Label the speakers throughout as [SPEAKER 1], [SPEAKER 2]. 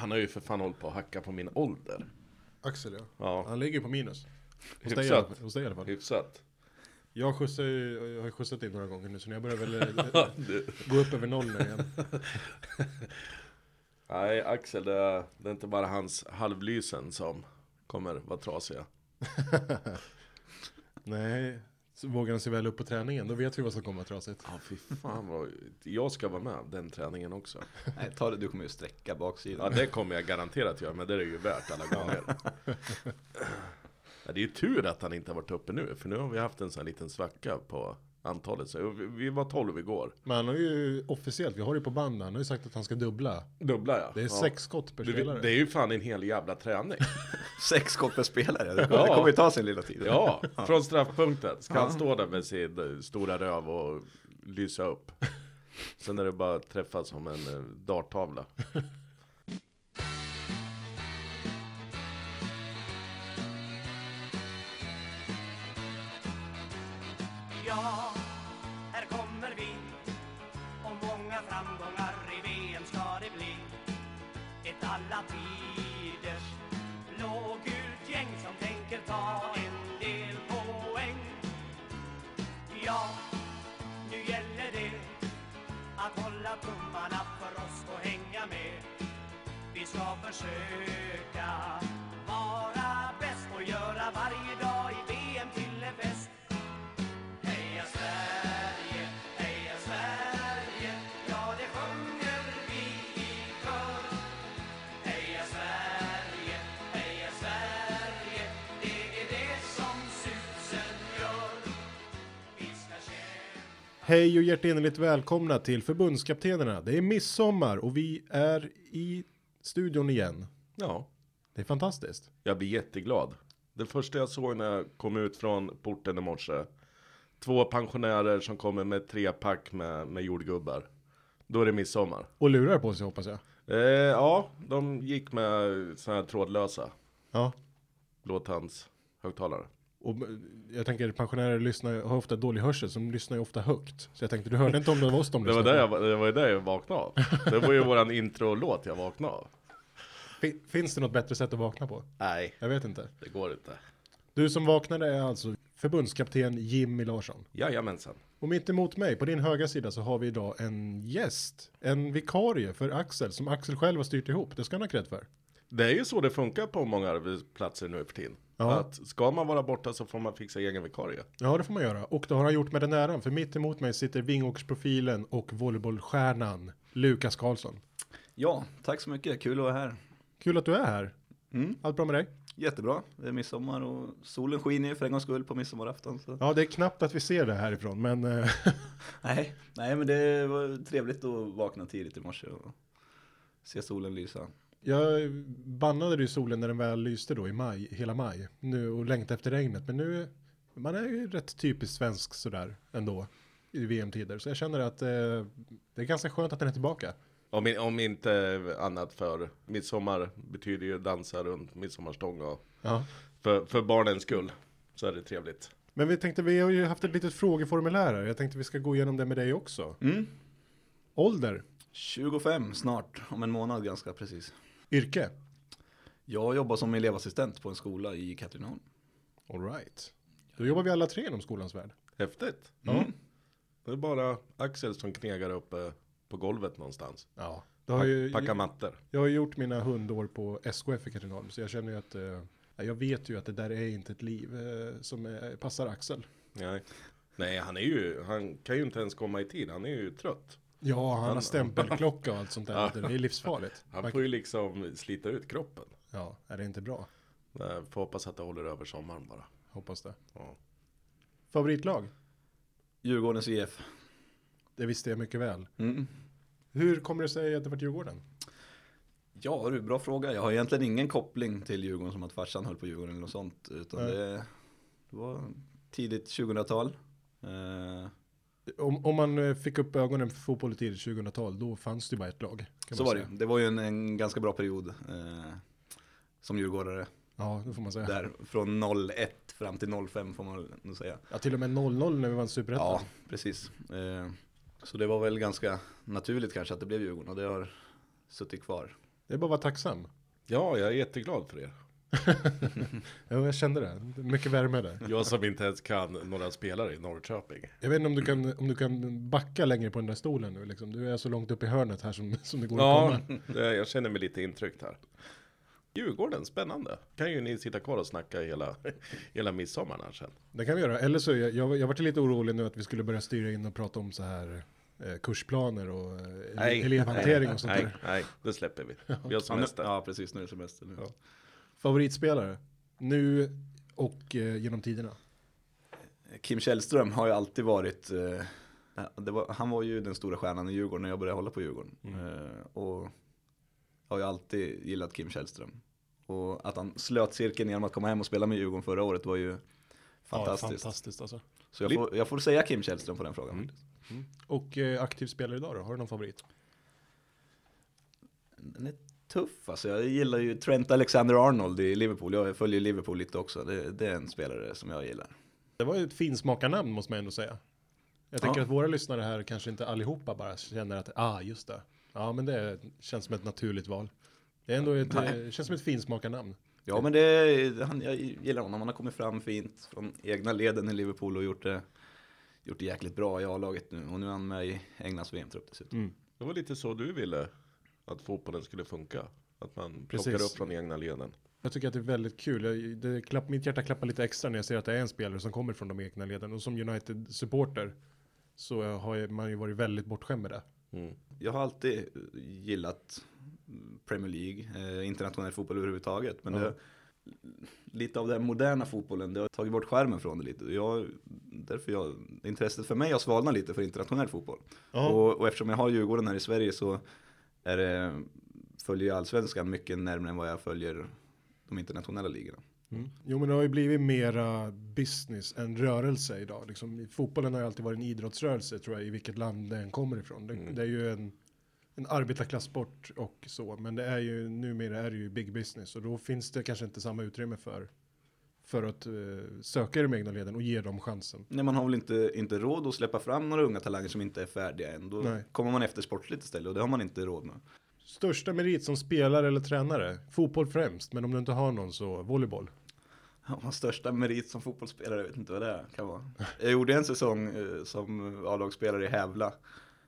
[SPEAKER 1] han har ju för fan hållit på att hacka på min ålder.
[SPEAKER 2] Axel ja.
[SPEAKER 1] Ja,
[SPEAKER 2] Han ligger ju på minus. Hos dig, i alla-
[SPEAKER 1] hyfsat.
[SPEAKER 2] hos dig i alla fall.
[SPEAKER 1] Hyfsat.
[SPEAKER 2] Jag, skjutsar ju, jag har ju skjutsat dig några gånger nu så jag börjar väl eh,
[SPEAKER 1] Ja, du.
[SPEAKER 2] gå upp över noll nu igen.
[SPEAKER 1] Nej, Axel, det är, det är inte bara hans halvlysen som kommer vara trasiga.
[SPEAKER 2] Nej, så vågar han sig väl upp på träningen då vet vi vad som kommer att vara trasigt.
[SPEAKER 1] Ja, fy fan vad... Jag ska vara med den träningen också.
[SPEAKER 3] Nej, ta det, du kommer ju sträcka
[SPEAKER 1] Ja,
[SPEAKER 3] baksidan.
[SPEAKER 1] det kommer jag garanterat göra, men det är det ju värt alla gånger. Ja, det är ju tur att han inte har varit uppe nu, för nu har vi haft en sån här liten svacka på antalet. Så vi- vi var 12 igår.
[SPEAKER 2] Men han har ju officiellt, vi har det på band, han har ju sagt att han ska dubbla.
[SPEAKER 1] Dubbla ja.
[SPEAKER 2] Det är
[SPEAKER 1] ja.
[SPEAKER 2] sex skott per
[SPEAKER 1] det,
[SPEAKER 2] spelare.
[SPEAKER 1] det är ju fan en hel jävla träning.
[SPEAKER 3] Sex koppar spelare, det
[SPEAKER 1] Ja.
[SPEAKER 3] kommer, det kommer ju ta sin lilla tid.
[SPEAKER 1] Ja, från straffpunkten. Ska han stå där med sin eh, stora röv och lysa upp. Sen är det bara att träffa som en eh, darttavla.
[SPEAKER 4] Ja, här kommer vi Och många framgångar i VM ska det bli Ett alla tiders blågult gäng som tänker ta en del poäng Ja, nu gäller det att hålla tummarna för oss och hänga med Vi ska försöka vara bäst och göra varje dag i VM till en fest Heja Sverige, heja Sverige, ja det sjunger vi i kör. Heja Sverige, heja Sverige, det är det som susen gör. Vi ska kämpa
[SPEAKER 2] Hej och hjärtinnerligt välkomna till förbundskaptenerna. Det är midsommar och vi är i studion igen.
[SPEAKER 1] Ja,
[SPEAKER 2] Det är fantastiskt.
[SPEAKER 1] jag blir jätteglad. Det första jag såg när jag kom ut från porten i morse. Två pensionärer som kommer med tre pack med, med jordgubbar. Då är det midsommar.
[SPEAKER 2] Och lurar på sig hoppas jag.
[SPEAKER 1] Eh, ja, de gick med sådana här trådlösa
[SPEAKER 2] Ja,
[SPEAKER 1] blåtandshögtalare.
[SPEAKER 2] och eh, jag tänker pensionärer lyssnar, har ofta dålig hörsel, så de lyssnar ju ofta högt. Så jag tänkte, du hörde inte om det var oss de
[SPEAKER 1] Det var
[SPEAKER 2] lyssnade
[SPEAKER 1] det
[SPEAKER 2] på.
[SPEAKER 1] jag, det var ju det jag vaknade av. Det var ju våran introlåt jag vaknade av.
[SPEAKER 2] Fin- Finns det något bättre sätt att vakna på?
[SPEAKER 1] Nej,
[SPEAKER 2] Jag vet inte.
[SPEAKER 1] det går inte.
[SPEAKER 2] Du som vaknade är alltså förbundskapten Jimmy Larsson.
[SPEAKER 1] Jajamensan.
[SPEAKER 2] Och mitt emot mig, på din högra sida, så har vi idag en gäst. En vikarie för Axel, som Axel själv har styrt ihop. Det ska han ha cred för.
[SPEAKER 1] Det är ju så det funkar på många arbetsplatser nu för tiden.
[SPEAKER 2] Ja.
[SPEAKER 1] Att ska man vara borta så får man fixa egen vikarie.
[SPEAKER 2] Ja, det får man göra. Och det har han gjort med den äran, för mitt emot mig sitter Vingåkersprofilen och volleybollstjärnan Lukas Karlsson.
[SPEAKER 3] ja, tack så mycket, kul att vara här.
[SPEAKER 2] Kul att du är här.
[SPEAKER 1] Mm.
[SPEAKER 2] Allt bra med dig?
[SPEAKER 3] Jättebra, det är midsommar och solen skiner ju för en gångs skull på midsommarafton. Så.
[SPEAKER 2] Ja, det är knappt att vi ser det härifrån, men eh,
[SPEAKER 3] Nej, nej, men det var trevligt att vakna tidigt i morse och se solen lysa.
[SPEAKER 2] jag bannade ju solen när den väl lyste då i maj, hela maj, nu och längtade efter regnet. Men nu, man är ju rätt typiskt svensk sådär ändå i VM-tider, så jag känner att eh, det är ganska skönt att den är tillbaka.
[SPEAKER 1] Om, i- om inte annat för midsommar betyder ju dansa runt midsommarstång och
[SPEAKER 2] Ja.
[SPEAKER 1] för, för barnens skull så är det trevligt.
[SPEAKER 2] Men vi tänkte, vi har ju haft ett litet frågeformulär här. Jag tänkte vi ska gå igenom det med dig också. Ålder,
[SPEAKER 3] 25 snart, om en månad ganska precis.
[SPEAKER 2] yrke.
[SPEAKER 3] Jag jobbar som elevassistent på en skola i Katrineholm.
[SPEAKER 2] All right. Då jobbar vi alla tre inom skolans värld.
[SPEAKER 1] Häftigt.
[SPEAKER 2] Mm.
[SPEAKER 1] Det är bara Axel som knegar uppe på golvet någonstans.
[SPEAKER 2] Ja. Det har ju,
[SPEAKER 1] Packa mattor.
[SPEAKER 2] Jag har ju gjort mina hundår på SKF i Katrineholm, så jag känner ju att eh, jag vet ju att det där är inte ett liv eh, som eh, passar Axel.
[SPEAKER 1] Nej. Nej, han är ju, han kan ju inte ens komma i tid. Han är ju trött.
[SPEAKER 2] Ja, han har stämpelklocka och allt sånt där. Det är livsfarligt.
[SPEAKER 1] Han får ju liksom slita ut kroppen.
[SPEAKER 2] Ja, är det inte bra?
[SPEAKER 1] Nej, Eh, Får hoppas att det håller över sommaren bara.
[SPEAKER 2] Hoppas det.
[SPEAKER 1] Ja.
[SPEAKER 2] Favoritlag?
[SPEAKER 3] Djurgårdens IF.
[SPEAKER 2] Det visste jag mycket väl.
[SPEAKER 3] Mm.
[SPEAKER 2] Hur kommer det sig att det var Djurgården?
[SPEAKER 3] Ja du, bra fråga. Jag har egentligen ingen koppling till Djurgården som att farsan höll på Djurgården eller något sånt. Utan
[SPEAKER 2] Nej.
[SPEAKER 3] det, det var tidigt 2000-tal. Eh,
[SPEAKER 2] Om, om man eh, fick upp ögonen för fotboll i tidigt 2000-tal, då fanns det ju bara ett lag. kan
[SPEAKER 3] så
[SPEAKER 2] man
[SPEAKER 3] var det
[SPEAKER 2] säga.
[SPEAKER 3] ju. Det var ju en, en ganska bra period eh, som djurgårdare.
[SPEAKER 2] Ja, det får man säga.
[SPEAKER 3] Där, från 01 fram till 05 får man nog säga.
[SPEAKER 2] Ja, till och med 0-0 när vi vann superettan.
[SPEAKER 3] Ja, precis. Eh, så det var väl ganska naturligt kanske att det blev Djurgården och det har suttit kvar.
[SPEAKER 2] Det är bara att vara tacksam.
[SPEAKER 1] Ja, jag är jätteglad för er.
[SPEAKER 2] Jo, jag kände det. Mycket värme där.
[SPEAKER 1] Jag som inte ens kan några spelare i Norrköping.
[SPEAKER 2] Jag vet inte om du kan, om du kan backa längre på den där stolen nu liksom. Du är så långt upp i hörnet här som, som det går att
[SPEAKER 1] Ja,
[SPEAKER 2] komma.
[SPEAKER 1] det, jag känner mig lite intryckt här. Djurgården, spännande. Kan ju ni sitta kvar och snacka hela, hela midsommaren här sen.
[SPEAKER 2] Det kan vi göra. Eller så, jag, jag, jag vart lite orolig nu att vi skulle börja styra in och prata om så här eh, kursplaner och eh, elevhantering och sånt
[SPEAKER 1] nej,
[SPEAKER 2] där.
[SPEAKER 1] Nej, det släpper vi. Vi har
[SPEAKER 3] Ja, nu-
[SPEAKER 1] semester.
[SPEAKER 3] Ja, precis. Nu är det semester. Nu.
[SPEAKER 2] Favoritspelare? Nu och eh, genom tiderna.
[SPEAKER 3] Kim Källström har ju alltid varit, eh, det var, han var ju den stora stjärnan i Djurgården när jag började hålla på Djurgården. Eh, och jag har ju alltid gillat Kim Källström. Och att han slöt cirkeln genom att komma hem och spela med Djurgården förra året var ju fantastiskt.
[SPEAKER 2] fantastiskt alltså.
[SPEAKER 3] Så jag får, jag får säga Kim Källström på den frågan. faktiskt.
[SPEAKER 2] Och eh, aktiv spelare idag då? Har du någon favorit?
[SPEAKER 3] Den är tuff alltså. Jag gillar ju Trent Alexander-Arnold i Liverpool. Jag följer Liverpool lite också. Det, det är en spelare som jag gillar.
[SPEAKER 2] Det var ju ett finsmakarnamn måste man ändå säga. Jag tänker
[SPEAKER 3] Ja.
[SPEAKER 2] att våra lyssnare här kanske inte allihopa bara känner att, ah just det. Ja men det känns som ett naturligt val. Det är ändå ett, eh, känns som ett finsmakarnamn.
[SPEAKER 3] Ja men det, han, jag gillar honom, han har kommit fram fint från egna leden i Liverpool och gjort det, gjort det jäkligt bra i A-laget nu. Och nu är han med i Englands VM-trupp dessutom.
[SPEAKER 1] Det var lite så du ville att fotbollen skulle funka. Att man plockar
[SPEAKER 2] Precis.
[SPEAKER 1] upp från egna leden.
[SPEAKER 2] Jag tycker att det är väldigt kul. Jag, det klapp, mitt hjärta klappar lite extra när jag ser att det är en spelare som kommer från de egna leden. Och som United-supporter så har jag, man ju varit väldigt bortskämd med det.
[SPEAKER 3] Jag har alltid gillat Premier League, eh, internationell fotboll överhuvudtaget. Men det, lite av den moderna fotbollen, det har tagit bort skärmen från det lite. Jag, därför jag, intresset för mig har svalnat lite för internationell fotboll.
[SPEAKER 2] Ja.
[SPEAKER 3] Och, och eftersom jag har Djurgården här i Sverige så är det, följer jag allsvenskan mycket närmare än vad jag följer de internationella ligorna.
[SPEAKER 2] Jo men det har ju blivit mera business än rörelse idag. Liksom, i- fotbollen har ju alltid varit en idrottsrörelse tror jag i vilket land den kommer ifrån. Det, det är ju en, en arbetarklassport och så. Men det är ju numera är det ju big business och då finns det kanske inte samma utrymme för för att eh, söka i de egna leden och ge dem chansen.
[SPEAKER 3] Nej, man har väl inte, inte råd att släppa fram några unga talanger som inte är färdiga än. Då
[SPEAKER 2] Nej.
[SPEAKER 3] kommer man efter sportligt istället och det har man inte råd med.
[SPEAKER 2] Största merit som spelare eller tränare? Fotboll främst, men om du inte har någon så volleyboll.
[SPEAKER 3] Ja, Hans största merit som fotbollsspelare, jag vet inte vad det kan vara. Jag gjorde en säsong eh, som A-lagsspelare i Hävla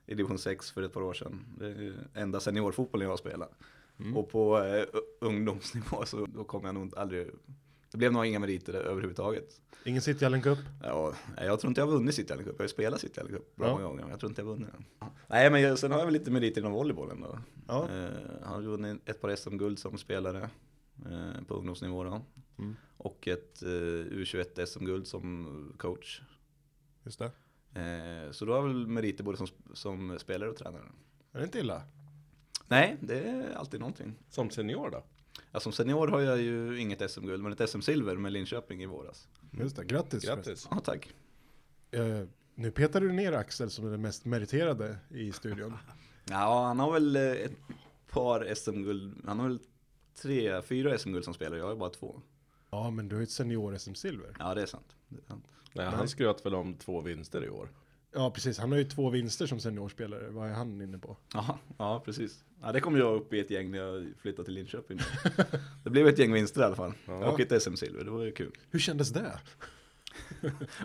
[SPEAKER 3] i division 6 för ett par år sedan. Det är ju enda seniorfotbollen jag har spelat. Och på eh, u- ungdomsnivå så då kom jag nog inte- aldrig, det blev nog inga meriter överhuvudtaget.
[SPEAKER 2] Ingen City Allen Cup?
[SPEAKER 3] Ja, nej, jag tror inte jag har vunnit City Alley Cup, jag har ju spelat City Alley Cup bra
[SPEAKER 2] Ja.
[SPEAKER 3] många gånger, men jag tror inte jag har vunnit den. Nej, men jag- sen har jag väl lite meriter inom volleybollen då.
[SPEAKER 2] Ja.
[SPEAKER 3] Eh, har vunnit ett par SM-guld som spelare eh, på ungdomsnivå då. Och ett eh, U21 SM-guld som coach.
[SPEAKER 2] Just det.
[SPEAKER 3] Eh, så då har jag väl meriter både som, som spelare och tränare.
[SPEAKER 2] Är det inte illa?
[SPEAKER 3] Nej, det är alltid någonting.
[SPEAKER 1] Som senior då?
[SPEAKER 3] Ja, som senior har jag ju inget SM-guld, men ett SM-silver med Linköping i våras.
[SPEAKER 2] Just det, grattis. förresten.
[SPEAKER 1] Grattis.
[SPEAKER 3] Ja, tack.
[SPEAKER 2] Eh, nu petar du ner Axel som är den mest meriterade i studion.
[SPEAKER 3] Ja, han har väl eh, ett par SM-guld. Han har väl tre, fyra SM-guld som spelare. Jag har ju bara två.
[SPEAKER 2] ja, men du har ju ett senior-SM-silver.
[SPEAKER 3] Ja, det är sant. Det är sant.
[SPEAKER 1] Nej, han skröt väl om två vinster i år.
[SPEAKER 2] Ja, precis. Han har ju två vinster som seniorspelare. Vad är han inne på?
[SPEAKER 3] Ja, ja, precis. Ja, det kom jag upp i ett gäng när jag flyttade till Linköping. Det blev ett gäng vinster i alla fall. Och ett SM-silver, det var ju kul.
[SPEAKER 2] Hur kändes det?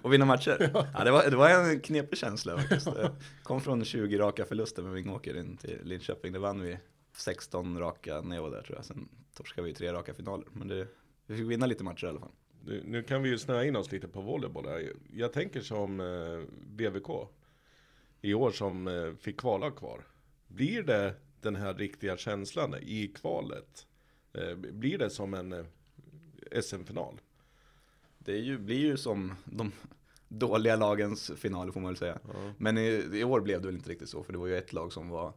[SPEAKER 3] Och vinna matcher. Ja, det, var, det var en knepig känsla faktiskt. Jag kom från 20 raka förluster med Vingåker in till Linköping. Det vann vi 16 raka när jag var där tror jag. Sen torskade vi tre raka finaler. Men det, vi fick vinna lite matcher i alla fall.
[SPEAKER 1] Nu, nu kan vi ju snöa in oss lite på volleyboll. Här. Jag tänker som eh, BVK i år som eh, fick kvala kvar. Blir det den här riktiga känslan i kvalet? Eh, blir det som en eh, SM-final?
[SPEAKER 3] Det är ju, blir ju som de dåliga lagens finaler får man väl säga. Men i, i år blev det väl inte riktigt så, för det var ju ett lag som var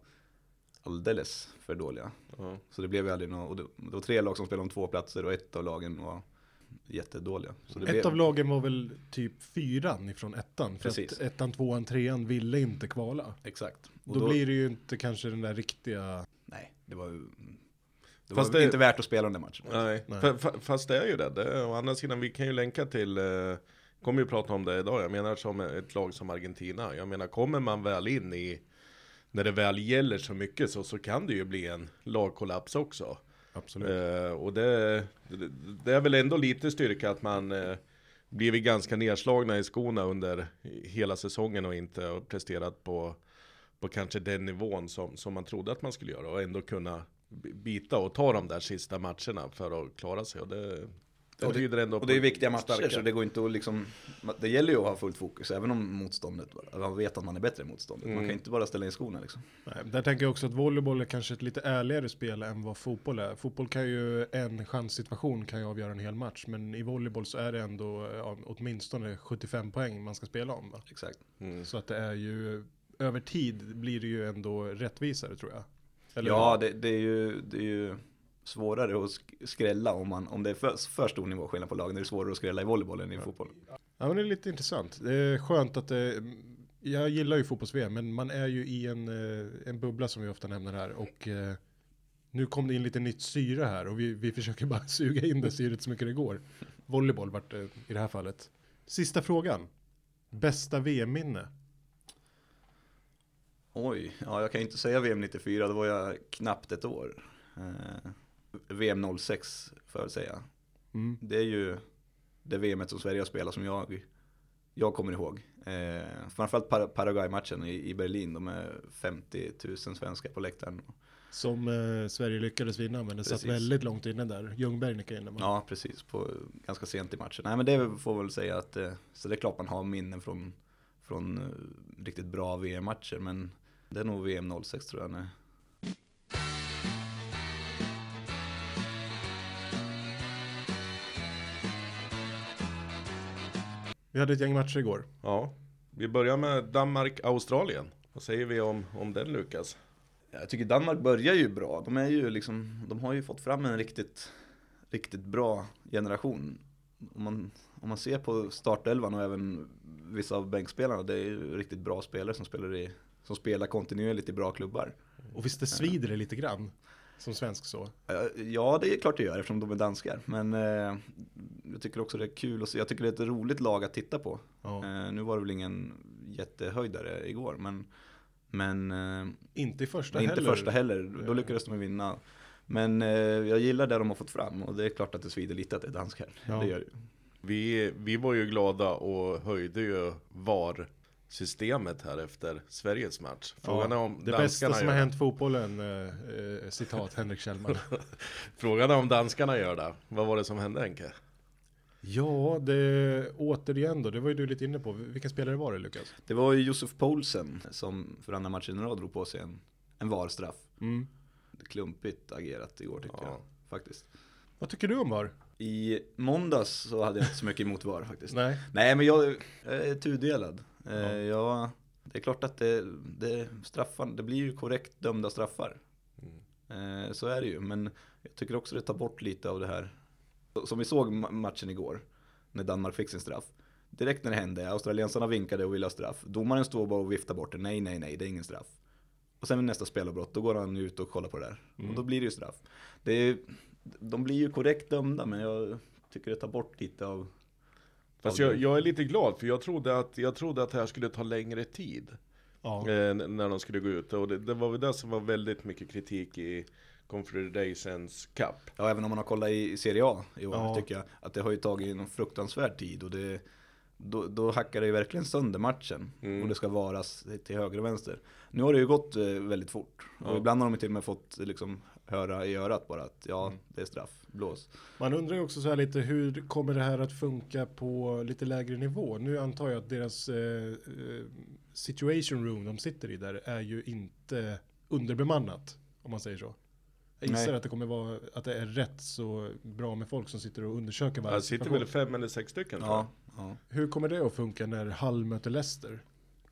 [SPEAKER 3] alldeles för dåliga.
[SPEAKER 1] Ja.
[SPEAKER 3] Så det blev ju aldrig något, och det, det var tre lag som spelade om två platser och ett av lagen var jättedåliga. Så det
[SPEAKER 2] Ett
[SPEAKER 3] blev,
[SPEAKER 2] av lagen var väl typ fyran ifrån ettan. För
[SPEAKER 3] Precis.
[SPEAKER 2] att ettan, tvåan, trean ville inte kvala.
[SPEAKER 3] Exakt. Och
[SPEAKER 2] Då, blir det ju inte kanske den där riktiga...
[SPEAKER 3] Nej, det var ju... Det
[SPEAKER 1] Fast
[SPEAKER 3] var
[SPEAKER 1] det-
[SPEAKER 3] inte värt att spela den där matchen.
[SPEAKER 1] Nej, Fa- fa- fast det är ju det. det. Å andra sidan, vi kan ju länka till, eh, kommer ju prata om det idag, jag menar som ett lag som Argentina. Jag menar, kommer man väl in i när det väl gäller så mycket så, så kan det ju bli en lagkollaps också.
[SPEAKER 2] Absolut.
[SPEAKER 1] Eh, och det, det, det är väl ändå lite styrka att man eh, blivit ganska nedslagna i skorna under hela säsongen och inte har presterat på, på kanske den nivån som, som man trodde att man skulle göra och ändå kunna bi- bita och ta de där sista matcherna för att klara sig. Och det, det
[SPEAKER 3] Och det-
[SPEAKER 1] tyder ändå
[SPEAKER 3] Och det är
[SPEAKER 1] på
[SPEAKER 3] viktiga matcher
[SPEAKER 1] starka.
[SPEAKER 3] så det går inte att liksom, det gäller ju att ha fullt fokus även om motståndet, man vet att man är bättre än motståndet. Man
[SPEAKER 1] Mm.
[SPEAKER 3] kan ju inte bara ställa in skorna liksom.
[SPEAKER 2] Nej, där tänker jag också att volleyboll är kanske ett lite ärligare spel än vad fotboll är. Fotboll kan ju, en chanssituation kan ju avgöra en hel match, men i volleyboll så är det ändå ja, åtminstone 75 poäng man ska spela om. Va?
[SPEAKER 3] Exakt.
[SPEAKER 2] Så att det är ju, över tid blir det ju ändå rättvisare tror jag. Eller
[SPEAKER 3] ja, det, det, är ju, det är ju svårare att sk- skrälla om, man, om det är för, för stor nivåskillnad på lagen. Det är svårare att skrälla i volleyboll än i fotboll.
[SPEAKER 2] Ja, men det är lite intressant. Det är skönt att det, jag gillar ju fotbolls-VM, men man är ju i en, eh, en bubbla som vi ofta nämner här. Och eh, nu kom det in lite nytt syre här och vi, vi försöker bara suga in det syret så mycket det går. Volleyboll vart det i det här fallet. Sista frågan. Bästa VM-minne?
[SPEAKER 3] Oj, ja, jag kan ju inte säga VM 94, då var jag knappt ett år. Eh, VM 06 får jag väl säga.
[SPEAKER 2] Mm.
[SPEAKER 3] Det är ju det VMet som Sverige har spelat som jag, jag kommer ihåg. Eh, framförallt Par- Paraguay-matchen i, i Berlin, de är 50 000 svenskar på läktaren.
[SPEAKER 2] Som eh, Sverige lyckades vinna, men det satt
[SPEAKER 3] Precis.
[SPEAKER 2] väldigt långt inne där. Ljungberg nickade in den. va?
[SPEAKER 3] Ja, precis. På, ganska sent i matchen. Nej, men det får väl säga att eh, så det är klart man har minnen från, från eh, riktigt bra VM-matcher. Men det är nog VM 06 tror jag. Nej.
[SPEAKER 2] Vi hade ett gäng matcher igår.
[SPEAKER 1] Ja, vi börjar med Danmark-Australien. Vad säger vi om, om den Lukas?
[SPEAKER 3] Jag tycker Danmark börjar ju bra. De, är ju liksom, de har ju fått fram en riktigt, riktigt bra generation. Om man, om man ser på startelvan och även vissa av bänkspelarna. Det är ju riktigt bra spelare som spelar, i, som spelar kontinuerligt i bra klubbar.
[SPEAKER 2] Och visst det svider det lite grann? Som svensk så.
[SPEAKER 3] Eh, Ja, det är klart det gör eftersom de är danskar. Men eh, jag tycker också det är kul att se. Jag tycker det är ett roligt lag att titta på.
[SPEAKER 2] Ja.
[SPEAKER 3] Eh, nu var det väl ingen jättehöjdare igår, men, men eh,
[SPEAKER 2] Inte i första
[SPEAKER 3] det är inte
[SPEAKER 2] heller.
[SPEAKER 3] första heller. Då lyckades de ju vinna. Men eh, jag gillar det de har fått fram och det är klart att det svider lite att det är danskar.
[SPEAKER 2] Ja.
[SPEAKER 3] Det gör det ju.
[SPEAKER 1] Vi, vi var ju glada och höjde ju VAR-systemet här efter Sveriges match. Frågan är om
[SPEAKER 2] det bästa
[SPEAKER 1] danskarna
[SPEAKER 2] som
[SPEAKER 1] gör
[SPEAKER 2] har
[SPEAKER 1] det.
[SPEAKER 2] hänt fotbollen, eh, eh, citat Henrik Kjellman.
[SPEAKER 1] Frågan är om danskarna gör det. Vad var det som hände Henke?
[SPEAKER 2] ja, det återigen då, det var ju du lite inne på. Vilka spelare var det Lukas?
[SPEAKER 3] Det var ju Josef Poulsen som för andra matchen i rad drog på sig en, en VAR-straff. Klumpigt agerat igår tycker
[SPEAKER 1] Ja.
[SPEAKER 3] jag. Faktiskt.
[SPEAKER 2] Vad tycker du om VAR?
[SPEAKER 3] I måndags så hade jag inte så mycket emot VAR faktiskt.
[SPEAKER 2] Nej.
[SPEAKER 3] Nej men jag, jag är tudelad. Eh, Jag, det är klart att det, det, straffan, det blir ju korrekt dömda straffar.
[SPEAKER 1] Mm.
[SPEAKER 3] Eh, Så är det ju. Men jag tycker också det tar bort lite av det här. Som vi såg ma- matchen igår. När Danmark fick sin straff. Direkt när det hände, australiensarna vinkade och ville ha straff. Domaren står bara och viftar bort det. Nej, nej, nej, det är ingen straff. Och sen vid nästa spelavbrott, då går han ut och kollar på det där.
[SPEAKER 1] Mm.
[SPEAKER 3] Och då blir det ju straff. Det är, de blir ju korrekt dömda, men jag tycker det tar bort lite av...
[SPEAKER 1] Fast
[SPEAKER 3] av
[SPEAKER 1] jag,
[SPEAKER 3] det.
[SPEAKER 1] jag är lite glad för jag trodde att, jag trodde att det här skulle ta längre tid.
[SPEAKER 2] Ja.
[SPEAKER 1] eh, n- när de skulle gå ut. Och det, det var väl det som var väldigt mycket kritik i Confederations Cup.
[SPEAKER 3] Ja, även om man har kollat i Serie A i år
[SPEAKER 2] Ja.
[SPEAKER 3] tycker jag att det har ju tagit någon fruktansvärd tid och det, då, då hackar det ju verkligen sönder matchen och det ska varas till höger och vänster. Nu har det ju gått eh, väldigt fort och ibland har de till och med fått eh, liksom, höra i örat bara att ja, det är straff, blås.
[SPEAKER 2] Man undrar ju också så här lite, hur kommer det här att funka på lite lägre nivå? Nu antar jag att deras eh, eh, situation room de sitter i där är ju inte underbemannat, om man säger så. Jag gissar
[SPEAKER 3] Nej.
[SPEAKER 2] att det kommer vara, att det är rätt så bra med folk som sitter och undersöker varje
[SPEAKER 1] Här sitter väl fem eller sex stycken tror jag.
[SPEAKER 3] Ja, ja.
[SPEAKER 2] Hur kommer det att funka när Hall möter Leicester?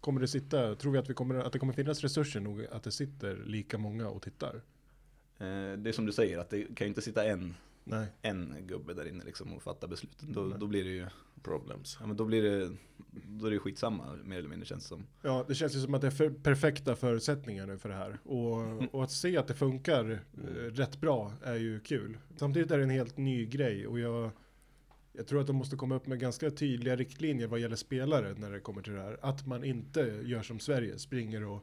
[SPEAKER 2] Kommer det sitta, tror vi att, vi kommer, att det kommer finnas resurser nog att det sitter lika många och tittar?
[SPEAKER 3] Eh, Det är som du säger att det kan ju inte sitta en,
[SPEAKER 2] Nej.
[SPEAKER 3] en gubbe där inne liksom och fatta besluten. Då, då blir det ju
[SPEAKER 1] Problems.
[SPEAKER 3] ja, men då blir det, då är det ju skitsamma mer eller mindre känns det som.
[SPEAKER 2] Ja, det känns ju som att det är för perfekta förutsättningar nu för det här. Och, och att se att det funkar eh, rätt bra är ju kul. Samtidigt är det en helt ny grej och jag, jag tror att de måste komma upp med ganska tydliga riktlinjer vad gäller spelare när det kommer till det här. Att man inte gör som Sverige, springer och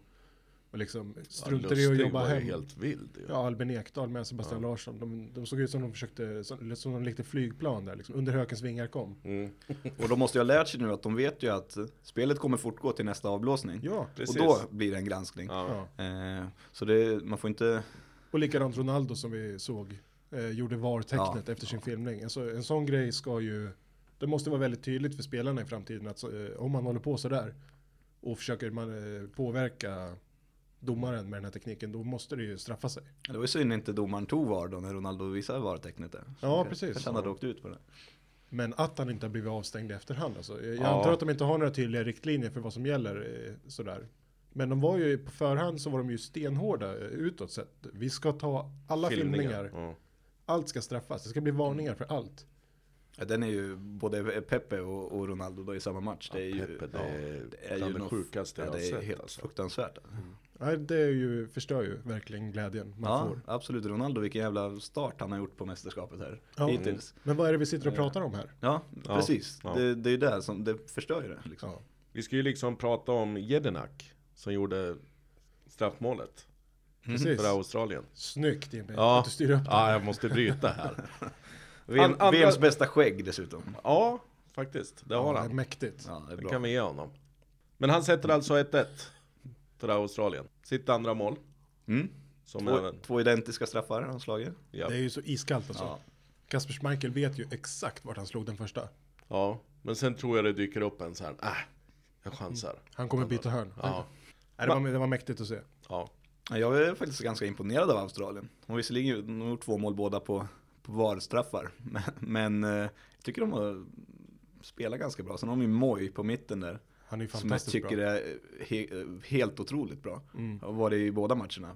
[SPEAKER 2] Och liksom
[SPEAKER 1] Ja,
[SPEAKER 2] struntar i att
[SPEAKER 1] Lustig
[SPEAKER 2] jobba
[SPEAKER 1] var ju
[SPEAKER 2] hem.
[SPEAKER 1] helt vild ju.
[SPEAKER 2] Ja, Albin Ekdal med Sebastian Larsson. De, de såg ut som de försökte, som, som de lekte flygplan där liksom. Under hökens vingar kom.
[SPEAKER 3] Och de måste ju ha lärt sig nu att de vet ju att spelet kommer fortgå till nästa avblåsning.
[SPEAKER 2] Ja,
[SPEAKER 1] precis.
[SPEAKER 3] Och då blir det en granskning.
[SPEAKER 1] Ja.
[SPEAKER 2] ja.
[SPEAKER 3] Eh, så det, man får inte...
[SPEAKER 2] Och likadant Ronaldo som vi såg eh, gjorde VAR-tecknet efter sin filmning. Alltså, en sån grej ska ju, det måste vara väldigt tydligt för spelarna i framtiden att så, eh, om man håller på sådär och försöker man eh, påverka domaren med den här tekniken, då måste det ju straffa sig.
[SPEAKER 3] Det var ju synd inte domaren tog VAR då när Ronaldo visade VAR-tecknet där. Så
[SPEAKER 2] Ja,
[SPEAKER 3] kanske-
[SPEAKER 2] precis.
[SPEAKER 3] Kanske han hade åkt ut på det.
[SPEAKER 2] Men att han inte har blivit avstängd i efterhand. Alltså. Jag jag
[SPEAKER 1] Ja.
[SPEAKER 2] antar att de inte har några tydliga riktlinjer för vad som gäller. eh, Sådär. Men de var ju på förhand så var de ju stenhårda eh, utåt sett. Vi ska ta alla filmningar.
[SPEAKER 1] Ja.
[SPEAKER 2] Allt ska straffas. Det ska bli varningar för allt.
[SPEAKER 3] Ja, den är ju både Pepe och, och Ronaldo då i samma match. Det är ju,
[SPEAKER 1] Pepe, det är bland det
[SPEAKER 3] något-
[SPEAKER 1] sjukaste jag
[SPEAKER 3] ja,
[SPEAKER 1] har
[SPEAKER 3] Det är
[SPEAKER 1] sett,
[SPEAKER 3] helt
[SPEAKER 1] alltså.
[SPEAKER 3] fruktansvärt.
[SPEAKER 2] Nej, det är ju, förstör ju verkligen glädjen man
[SPEAKER 3] Ja,
[SPEAKER 2] får.
[SPEAKER 3] absolut. Ronaldo, vilken jävla start han har gjort på mästerskapet här
[SPEAKER 2] Ja.
[SPEAKER 1] Mm.
[SPEAKER 3] hittills.
[SPEAKER 2] Men vad är det vi
[SPEAKER 1] Eh.
[SPEAKER 2] sitter och pratar om här?
[SPEAKER 3] Ja,
[SPEAKER 1] Ja,
[SPEAKER 3] precis.
[SPEAKER 1] ja.
[SPEAKER 3] Det, det är ju det som, det förstör ju det liksom.
[SPEAKER 2] Ja.
[SPEAKER 1] Vi ska ju liksom prata om Jedinak som gjorde straffmålet
[SPEAKER 2] Precis.
[SPEAKER 1] för Australien.
[SPEAKER 2] Snyggt Jimmy,
[SPEAKER 1] Ja.
[SPEAKER 2] att du styr upp det.
[SPEAKER 1] Ja, jag måste bryta här.
[SPEAKER 3] VM,
[SPEAKER 1] An- andra-
[SPEAKER 3] VMs bästa skägg dessutom.
[SPEAKER 1] Ja, faktiskt. Det har
[SPEAKER 2] Ja, det är
[SPEAKER 1] han.
[SPEAKER 2] mäktigt.
[SPEAKER 3] Ja, det är
[SPEAKER 1] Det
[SPEAKER 3] bra.
[SPEAKER 1] kan vi ge honom. Men han sätter alltså 1-1 för Australien. Sitt andra mål.
[SPEAKER 3] Mm.
[SPEAKER 1] Som
[SPEAKER 3] Två,
[SPEAKER 1] även...
[SPEAKER 3] två identiska straffar har han slagit.
[SPEAKER 1] Ja.
[SPEAKER 2] Det är ju så iskallt alltså.
[SPEAKER 3] Ja.
[SPEAKER 2] Kasper Schmeichel vet ju exakt vart han slog den första.
[SPEAKER 1] ja, men sen tror jag det dyker upp en så här, äh, jag chansar.
[SPEAKER 2] Han kommer byta hörn.
[SPEAKER 1] Ja,
[SPEAKER 2] Nej, det, var, det var mäktigt att se.
[SPEAKER 1] ja.
[SPEAKER 3] Ja, Jag är faktiskt ganska imponerad av Australien. De visserligen gjort- de har gjort två mål båda på, på VAR-straffar. Men, men eh, jag tycker de har spelat ganska bra. Sen har de ju Moy på mitten där.
[SPEAKER 2] Han är ju
[SPEAKER 3] Som jag
[SPEAKER 2] fantastiskt
[SPEAKER 3] tycker
[SPEAKER 2] bra.
[SPEAKER 3] är he- helt otroligt bra. Har varit i båda matcherna.
[SPEAKER 1] Mm.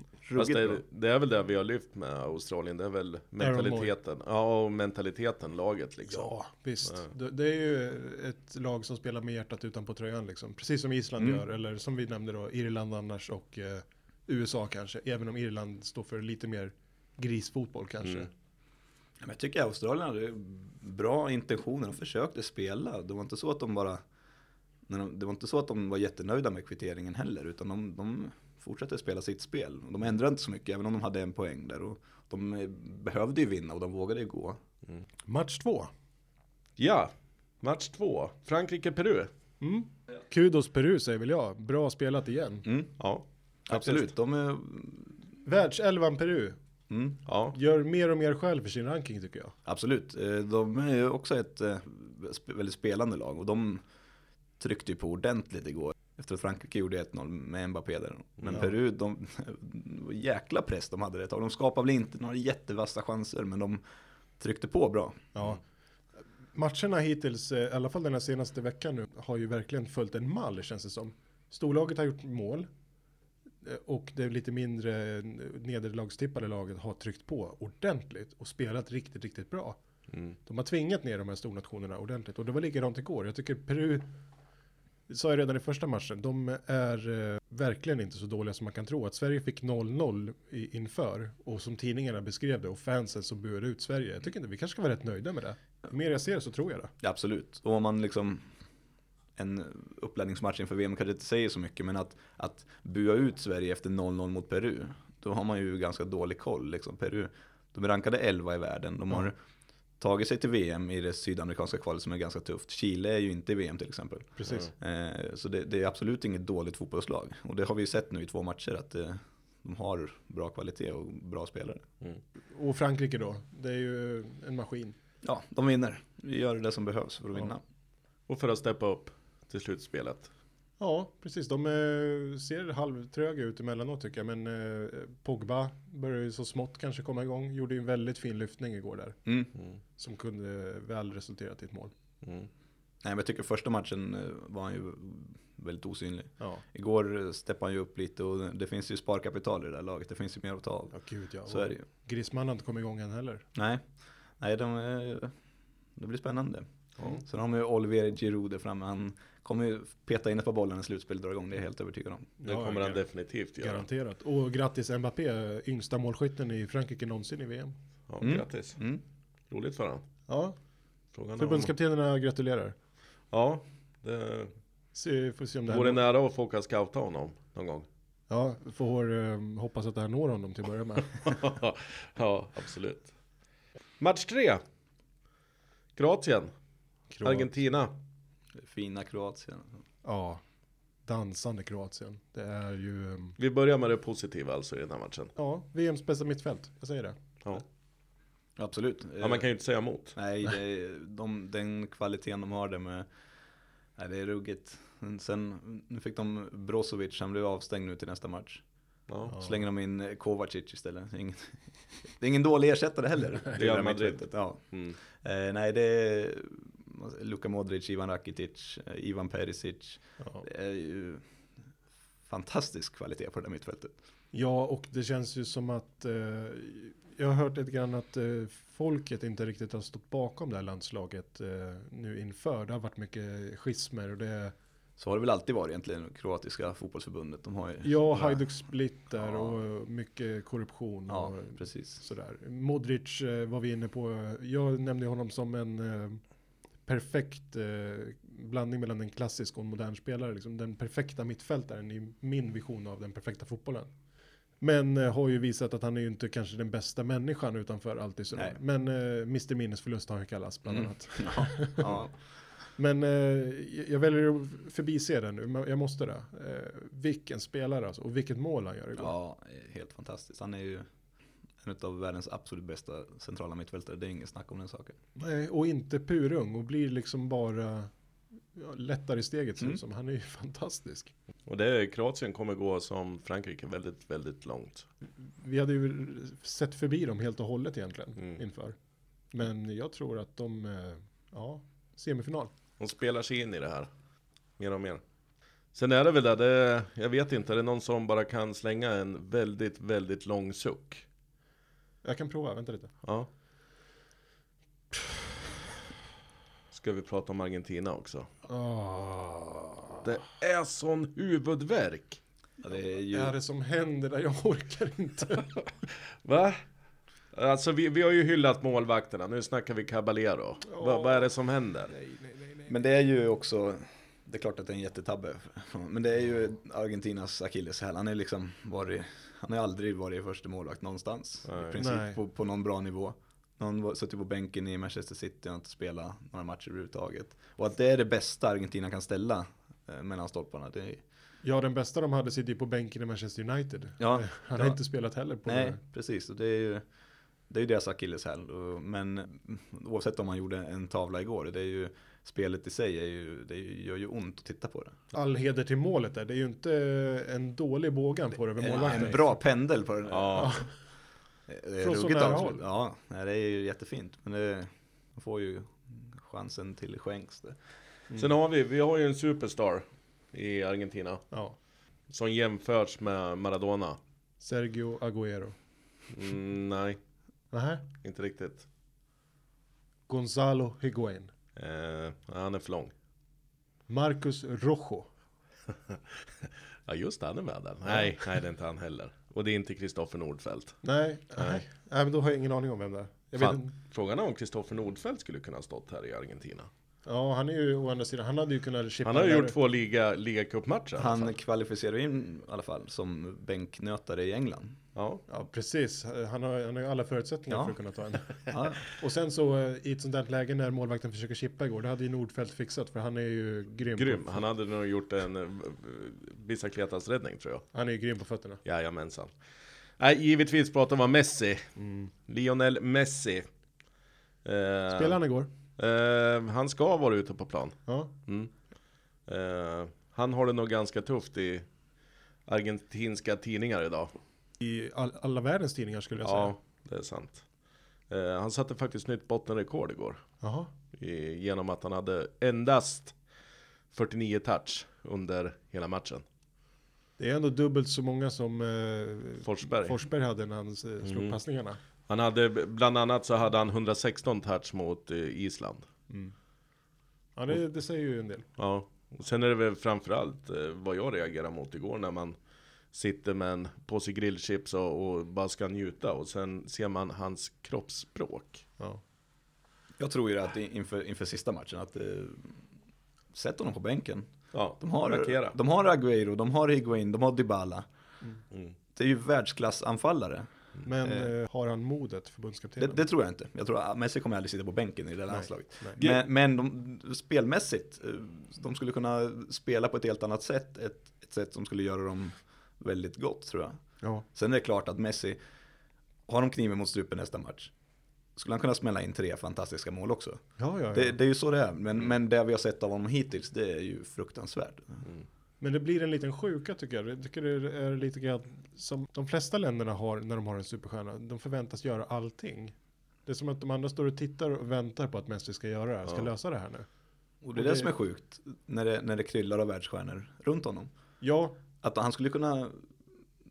[SPEAKER 1] Fast
[SPEAKER 3] Ruggigt
[SPEAKER 1] det,
[SPEAKER 3] bra.
[SPEAKER 1] är- det är väl det vi har lyft med Australien. Det är väl mentaliteten. Ja, och mentaliteten, laget liksom.
[SPEAKER 2] Ja, visst. Det, det är ju ett lag som spelar med hjärtat utanpå tröjan liksom. Precis som Island
[SPEAKER 3] Mm.
[SPEAKER 2] gör, eller som vi nämnde då, Irland annars och eh, USA kanske. Även om Irland står för lite mer grisfotboll kanske.
[SPEAKER 3] Mm. Men jag tycker Australien hade bra intentioner. De försökte spela. Det var inte så att de bara... när de- Det var inte så att de var jättenöjda med kvitteringen heller. Utan de, de fortsatte spela sitt spel. De ändrade inte så mycket, även om de hade en poäng där. Och de eh, behövde ju vinna och de vågade ju gå.
[SPEAKER 2] Match två.
[SPEAKER 1] Ja, match två. Frankrike-Peru.
[SPEAKER 2] Kudos Peru säger väl jag. Bra spelat igen.
[SPEAKER 3] Mm.
[SPEAKER 1] Ja,
[SPEAKER 3] Absolut, de är...
[SPEAKER 2] Världselvan Peru
[SPEAKER 3] Mm,
[SPEAKER 1] Ja,
[SPEAKER 2] gör mer och mer själv för sin ranking tycker jag.
[SPEAKER 3] absolut. Eh, De är ju också ett eh, sp- väldigt spelande lag. Och de tryckte ju på ordentligt igår. Efter att Frankrike gjorde 1-0 med Mbappé där. Men Peru, de, det var jäkla press de hade det ett tag. De skapade väl inte några jättevassa chanser, men de tryckte på bra.
[SPEAKER 2] Ja. Matcherna hittills, eh, i alla fall den här senaste veckan nu, har ju verkligen följt en mall känns det som. Storlaget har gjort mål eh, och det lite mindre eh, nederlagstippade laget har tryckt på ordentligt och spelat riktigt, riktigt bra. De har tvingat ner de här stornationerna ordentligt och det var likadant igår. Jag tycker Peru, det sa jag redan i första matchen, de är eh, verkligen inte så dåliga som man kan tro. Att Sverige fick 0-0 i- inför och som tidningarna beskrev det och fansen som buade ut Sverige. Jag tycker inte, vi kanske ska vara rätt nöjda med det. Ju mer jag ser så tror jag det.
[SPEAKER 3] Ja, absolut. Och om man liksom en uppladdningsmatch inför VM kanske inte säger så mycket, men att, att bua ut Sverige efter 0-0 mot Peru, då har man ju ganska dålig koll. Liksom. Peru, de är rankade 11 i världen. De har tagit sig till VM i det sydamerikanska kvalet som är ganska tufft. Chile är ju inte i VM till exempel.
[SPEAKER 2] Precis.
[SPEAKER 3] Eh, Så det, det är absolut inget dåligt fotbollslag. Och det har vi ju sett nu i två matcher att eh, de har bra kvalitet och bra spelare. Mm.
[SPEAKER 2] Och Frankrike då, det är ju en maskin.
[SPEAKER 3] Ja, de vinner. Vi gör det som behövs för att vinna.
[SPEAKER 1] och för att steppa upp till slutspelet.
[SPEAKER 2] Ja, precis. De eh, ser halvtröga ut emellanåt tycker jag, men eh, Pogba börjar ju så smått kanske komma igång. Gjorde ju en väldigt fin lyftning igår där,
[SPEAKER 3] Mm.
[SPEAKER 2] som kunde eh, väl resultera i ett mål.
[SPEAKER 1] mm.
[SPEAKER 3] Nej, men jag tycker första matchen eh, var han ju väldigt osynlig.
[SPEAKER 2] Ja,
[SPEAKER 3] Igår eh, steppade han ju upp lite och det- det finns ju sparkapital i det där laget. Det finns ju mer att ta av.
[SPEAKER 2] ja gud ja.
[SPEAKER 3] Så är det ju.
[SPEAKER 2] Griezmann har inte kommit igång än heller.
[SPEAKER 3] Nej, Nej de, eh, det blir spännande. Sen har de ju Olivier Giroud där framme. Han kommer ju peta in ett par bollar när slutspelet drar igång. Det är jag helt övertygad om.
[SPEAKER 1] Det
[SPEAKER 2] Ja,
[SPEAKER 1] kommer han
[SPEAKER 2] gar-
[SPEAKER 1] definitivt göra.
[SPEAKER 2] Garanterat. Och grattis Mbappé, yngsta målskytten i Frankrike någonsin i VM.
[SPEAKER 1] Ja,
[SPEAKER 3] Mm.
[SPEAKER 1] Grattis.
[SPEAKER 3] Mm.
[SPEAKER 1] Roligt för honom.
[SPEAKER 2] Ja,
[SPEAKER 1] Frågan är om...
[SPEAKER 2] förbundskaptenerna gratulerar.
[SPEAKER 1] Ja, det
[SPEAKER 2] Se, får se om det här
[SPEAKER 1] vore nära att få åka och scouta honom någon gång.
[SPEAKER 2] Ja, får eh, hoppas att det här når honom till att börja med.
[SPEAKER 1] ja, absolut. Match tre. Kroatien,
[SPEAKER 2] Kroat-
[SPEAKER 1] Argentina.
[SPEAKER 3] Fina Kroatien.
[SPEAKER 2] Ja, dansande Kroatien. Det är ju, eh,
[SPEAKER 1] Vi börjar med det positiva alltså i den här matchen.
[SPEAKER 2] ja, VMs bästa mittfält. Jag säger det.
[SPEAKER 1] Ja,
[SPEAKER 3] Absolut. Eh,
[SPEAKER 1] ja man kan ju inte säga emot.
[SPEAKER 3] Nej, det är, de, den kvaliteten de har där med, nej, det är ruggigt. Men Sen, nu fick de Brozovic, han blev avstängd nu till nästa match.
[SPEAKER 1] Ja.
[SPEAKER 3] Slänger de in eh, Kovacic istället. Ingen, det är ingen dålig ersättare heller. till
[SPEAKER 1] Real
[SPEAKER 3] här
[SPEAKER 1] Madrid.
[SPEAKER 3] mittfältet, Ja.
[SPEAKER 1] Mm.
[SPEAKER 3] Eh, nej, det är Luka Modric, Ivan Rakitic, eh, Ivan Perisic.
[SPEAKER 2] Ja.
[SPEAKER 3] Det är ju fantastisk kvalitet på det där mittfältet.
[SPEAKER 2] Ja, och det känns ju som att eh, jag har hört lite grann att eh, folket inte riktigt har stått bakom det här landslaget eh, nu inför. Det har varit mycket schismer och det
[SPEAKER 3] Så har det väl alltid varit egentligen, kroatiska fotbollsförbundet. De har ju
[SPEAKER 2] ja, Hajduk Split där
[SPEAKER 3] Ja.
[SPEAKER 2] och eh, mycket korruption
[SPEAKER 3] Ja,
[SPEAKER 2] och
[SPEAKER 3] precis.
[SPEAKER 2] sådär. Modric eh, var vi inne på. Jag nämnde honom som en eh, perfekt eh, blandning mellan en klassisk och en modern spelare. Liksom den perfekta mittfältaren i min vision av den perfekta fotbollen. Men eh, har ju visat att han är ju inte kanske den bästa människan utanför allt i sådär.
[SPEAKER 3] Nej. Mm.
[SPEAKER 2] Men eh, Mr. Minnesförlust har han ju kallats bland annat.
[SPEAKER 3] Ja, ja.
[SPEAKER 2] Men eh, jag- jag väljer att förbise det nu, men jag måste det. Eh, vilken spelare alltså, och vilket mål han gör igår.
[SPEAKER 3] Ja, helt fantastiskt. Han är ju en av världens absolut bästa centrala mittfältare. Det är ingen snack om den saken.
[SPEAKER 2] Nej, och inte purung och blir liksom bara ja, lättare i steget ser det
[SPEAKER 3] Mm.
[SPEAKER 2] ut som. Han är ju fantastisk.
[SPEAKER 1] Och det är, Kroatien kommer gå som Frankrike väldigt, väldigt långt.
[SPEAKER 2] Vi hade ju sett förbi dem helt och hållet egentligen
[SPEAKER 1] Mm.
[SPEAKER 2] inför. Men jag tror att de, eh, ja, semifinal.
[SPEAKER 1] De spelar sig in i det här. Mer och mer. Sen är det väl det, det jag vet inte, är det någon som bara kan slänga en väldigt, väldigt lång suck?
[SPEAKER 2] Jag kan prova, vänta lite.
[SPEAKER 1] Ja. Ska vi prata om Argentina också?
[SPEAKER 3] Ah.
[SPEAKER 1] Det är sån huvudvärk!
[SPEAKER 3] Ja, det är
[SPEAKER 2] Vad är
[SPEAKER 3] ju...
[SPEAKER 2] det som händer där? Jag orkar inte.
[SPEAKER 1] Va? Alltså vi, vi har ju hyllat målvakterna, nu snackar vi Caballero. Va, vad är det som händer?
[SPEAKER 3] Men det är ju också... Det är klart att det är en jättetabbe. Men det är ju Argentinas akilleshäl. Han är liksom varit... Han har aldrig varit första målvakt någonstans.
[SPEAKER 1] Nej.
[SPEAKER 3] I princip
[SPEAKER 2] Nej.
[SPEAKER 3] på, på någon bra nivå. Någon var, suttit på bänken i Manchester City och inte spelat några matcher överhuvudtaget. Och att det är det bästa Argentina kan ställa eh, mellan stolparna. Det är,
[SPEAKER 2] Ja, den bästa de hade sitter ju på bänken i Manchester United.
[SPEAKER 3] Ja,
[SPEAKER 2] Han har
[SPEAKER 3] ja.
[SPEAKER 2] inte spelat heller på
[SPEAKER 3] Nej, precis. Och det är ju det är ju deras akilleshäl. Och- Men mm, oavsett om man gjorde en tavla igår, det är ju spelet i sig är ju, det är ju- gör ju ont att titta på det.
[SPEAKER 2] All heder till målet där. Det är ju inte en dålig bågan på det över målvakten.
[SPEAKER 3] En bra pendel på den.
[SPEAKER 1] Ja,
[SPEAKER 3] Det är
[SPEAKER 2] Från så
[SPEAKER 3] ruggigt
[SPEAKER 2] nära
[SPEAKER 3] avslut.
[SPEAKER 2] håll.
[SPEAKER 3] Ja, nej, det är ju jättefint. Men det, man får ju chansen till skänks. Det.
[SPEAKER 1] sen har vi, vi har ju en superstar i Argentina.
[SPEAKER 2] Ja.
[SPEAKER 1] Som jämförs med Maradona.
[SPEAKER 2] Sergio Agüero.
[SPEAKER 1] Mm, nej,
[SPEAKER 2] Nähä?
[SPEAKER 1] inte riktigt.
[SPEAKER 2] Gonzalo Higuain.
[SPEAKER 1] Eh, han är för lång.
[SPEAKER 2] Marcus Rojo.
[SPEAKER 1] Ja just det, han är med där. Nej, nej det är inte han heller. Och det är inte Kristoffer Nordfeldt.
[SPEAKER 2] Nej, nej. nej men då har jag ingen aning om vem det är. Jag vet
[SPEAKER 1] Fan.
[SPEAKER 2] inte.
[SPEAKER 1] Frågan är om Kristoffer Nordfeldt skulle kunna ha stått här i Argentina.
[SPEAKER 2] ja, han är ju å andra sidan, han hade ju kunnat chippa
[SPEAKER 1] Han har ju
[SPEAKER 2] den
[SPEAKER 1] gjort
[SPEAKER 2] där.
[SPEAKER 1] två liga, ligacupmatcher. i alla
[SPEAKER 3] Han
[SPEAKER 1] fall.
[SPEAKER 3] kvalificerar in i alla fall som bänknötare i England.
[SPEAKER 1] Ja.
[SPEAKER 2] Ja, precis. Han har, han har ju alla förutsättningar
[SPEAKER 3] Ja.
[SPEAKER 2] för att kunna ta en.
[SPEAKER 3] Ja,
[SPEAKER 2] Och sen så eh, i ett sånt där läge när målvakten försöker chippa igår, det hade ju Nordfeldt fixat för han är ju grym.
[SPEAKER 1] Grym.
[SPEAKER 2] På,
[SPEAKER 1] Han hade nog gjort en eh, Bicicletas räddning tror jag.
[SPEAKER 2] han är ju grym på fötterna.
[SPEAKER 1] Jajamensan. Nej, givetvis pratar man Messi. Lionel Messi. Eh,
[SPEAKER 2] Spelade han igår?
[SPEAKER 1] eh, han ska vara ute på plan.
[SPEAKER 2] Ja.
[SPEAKER 1] Mm. Eh, han har det nog ganska tufft i argentinska tidningar idag.
[SPEAKER 2] I all, alla världens tidningar skulle jag säga.
[SPEAKER 1] Ja, det är sant. Eh, han satte faktiskt nytt bottenrekord igår.
[SPEAKER 2] Jaha.
[SPEAKER 1] I, genom att han hade endast 49 touch under hela matchen.
[SPEAKER 2] Det är ändå dubbelt så många som eh,
[SPEAKER 1] Forsberg.
[SPEAKER 2] Forsberg hade när han eh, slog
[SPEAKER 3] Mm.
[SPEAKER 2] passningarna.
[SPEAKER 1] Han hade, bland annat så hade han 116 touch mot eh, Island.
[SPEAKER 2] Ja, det, det säger ju en del.
[SPEAKER 1] Ja, och sen är det väl framförallt eh, vad jag reagerar mot igår när man sitter med en påse grillchips och, och bara ska njuta och sen ser man hans kroppsspråk.
[SPEAKER 2] Ja.
[SPEAKER 3] jag tror ju att inför, inför sista matchen att eh, sätt honom på bänken.
[SPEAKER 1] Ja,
[SPEAKER 3] De har,
[SPEAKER 1] markera.
[SPEAKER 3] de har Aguero, de har Higuain, de har Dybala. Det är ju världsklassanfallare.
[SPEAKER 2] Men eh, har han modet,
[SPEAKER 3] Det,
[SPEAKER 2] förbundskaptenen?
[SPEAKER 3] det tror jag inte. Jag tror att Messi kommer aldrig sitta på bänken i det där landslaget.
[SPEAKER 1] nej.
[SPEAKER 3] Men, men de, spelmässigt, eh, de skulle kunna spela på ett helt annat sätt. Ett, ett sätt som skulle göra dem väldigt gott tror jag.
[SPEAKER 2] Ja.
[SPEAKER 3] Sen är det klart att Messi, har de kniven mot strupen nästa match, skulle han kunna smälla in tre fantastiska mål också.
[SPEAKER 2] Ja, ja, ja.
[SPEAKER 3] Det, det är ju så det är, men, men det vi har sett av honom hittills, det är ju fruktansvärt.
[SPEAKER 2] Men det blir en liten sjuka tycker jag. Jag tycker det är lite grann som de flesta länderna har när de har en superstjärna. De förväntas göra allting. Det är som att de andra står och tittar och väntar på att Messi ska göra det här, ska lösa det här nu.
[SPEAKER 3] Och det är det som är sjukt, när det, när det kryllar av världsstjärnor runt honom.
[SPEAKER 2] Ja,
[SPEAKER 3] Att han skulle kunna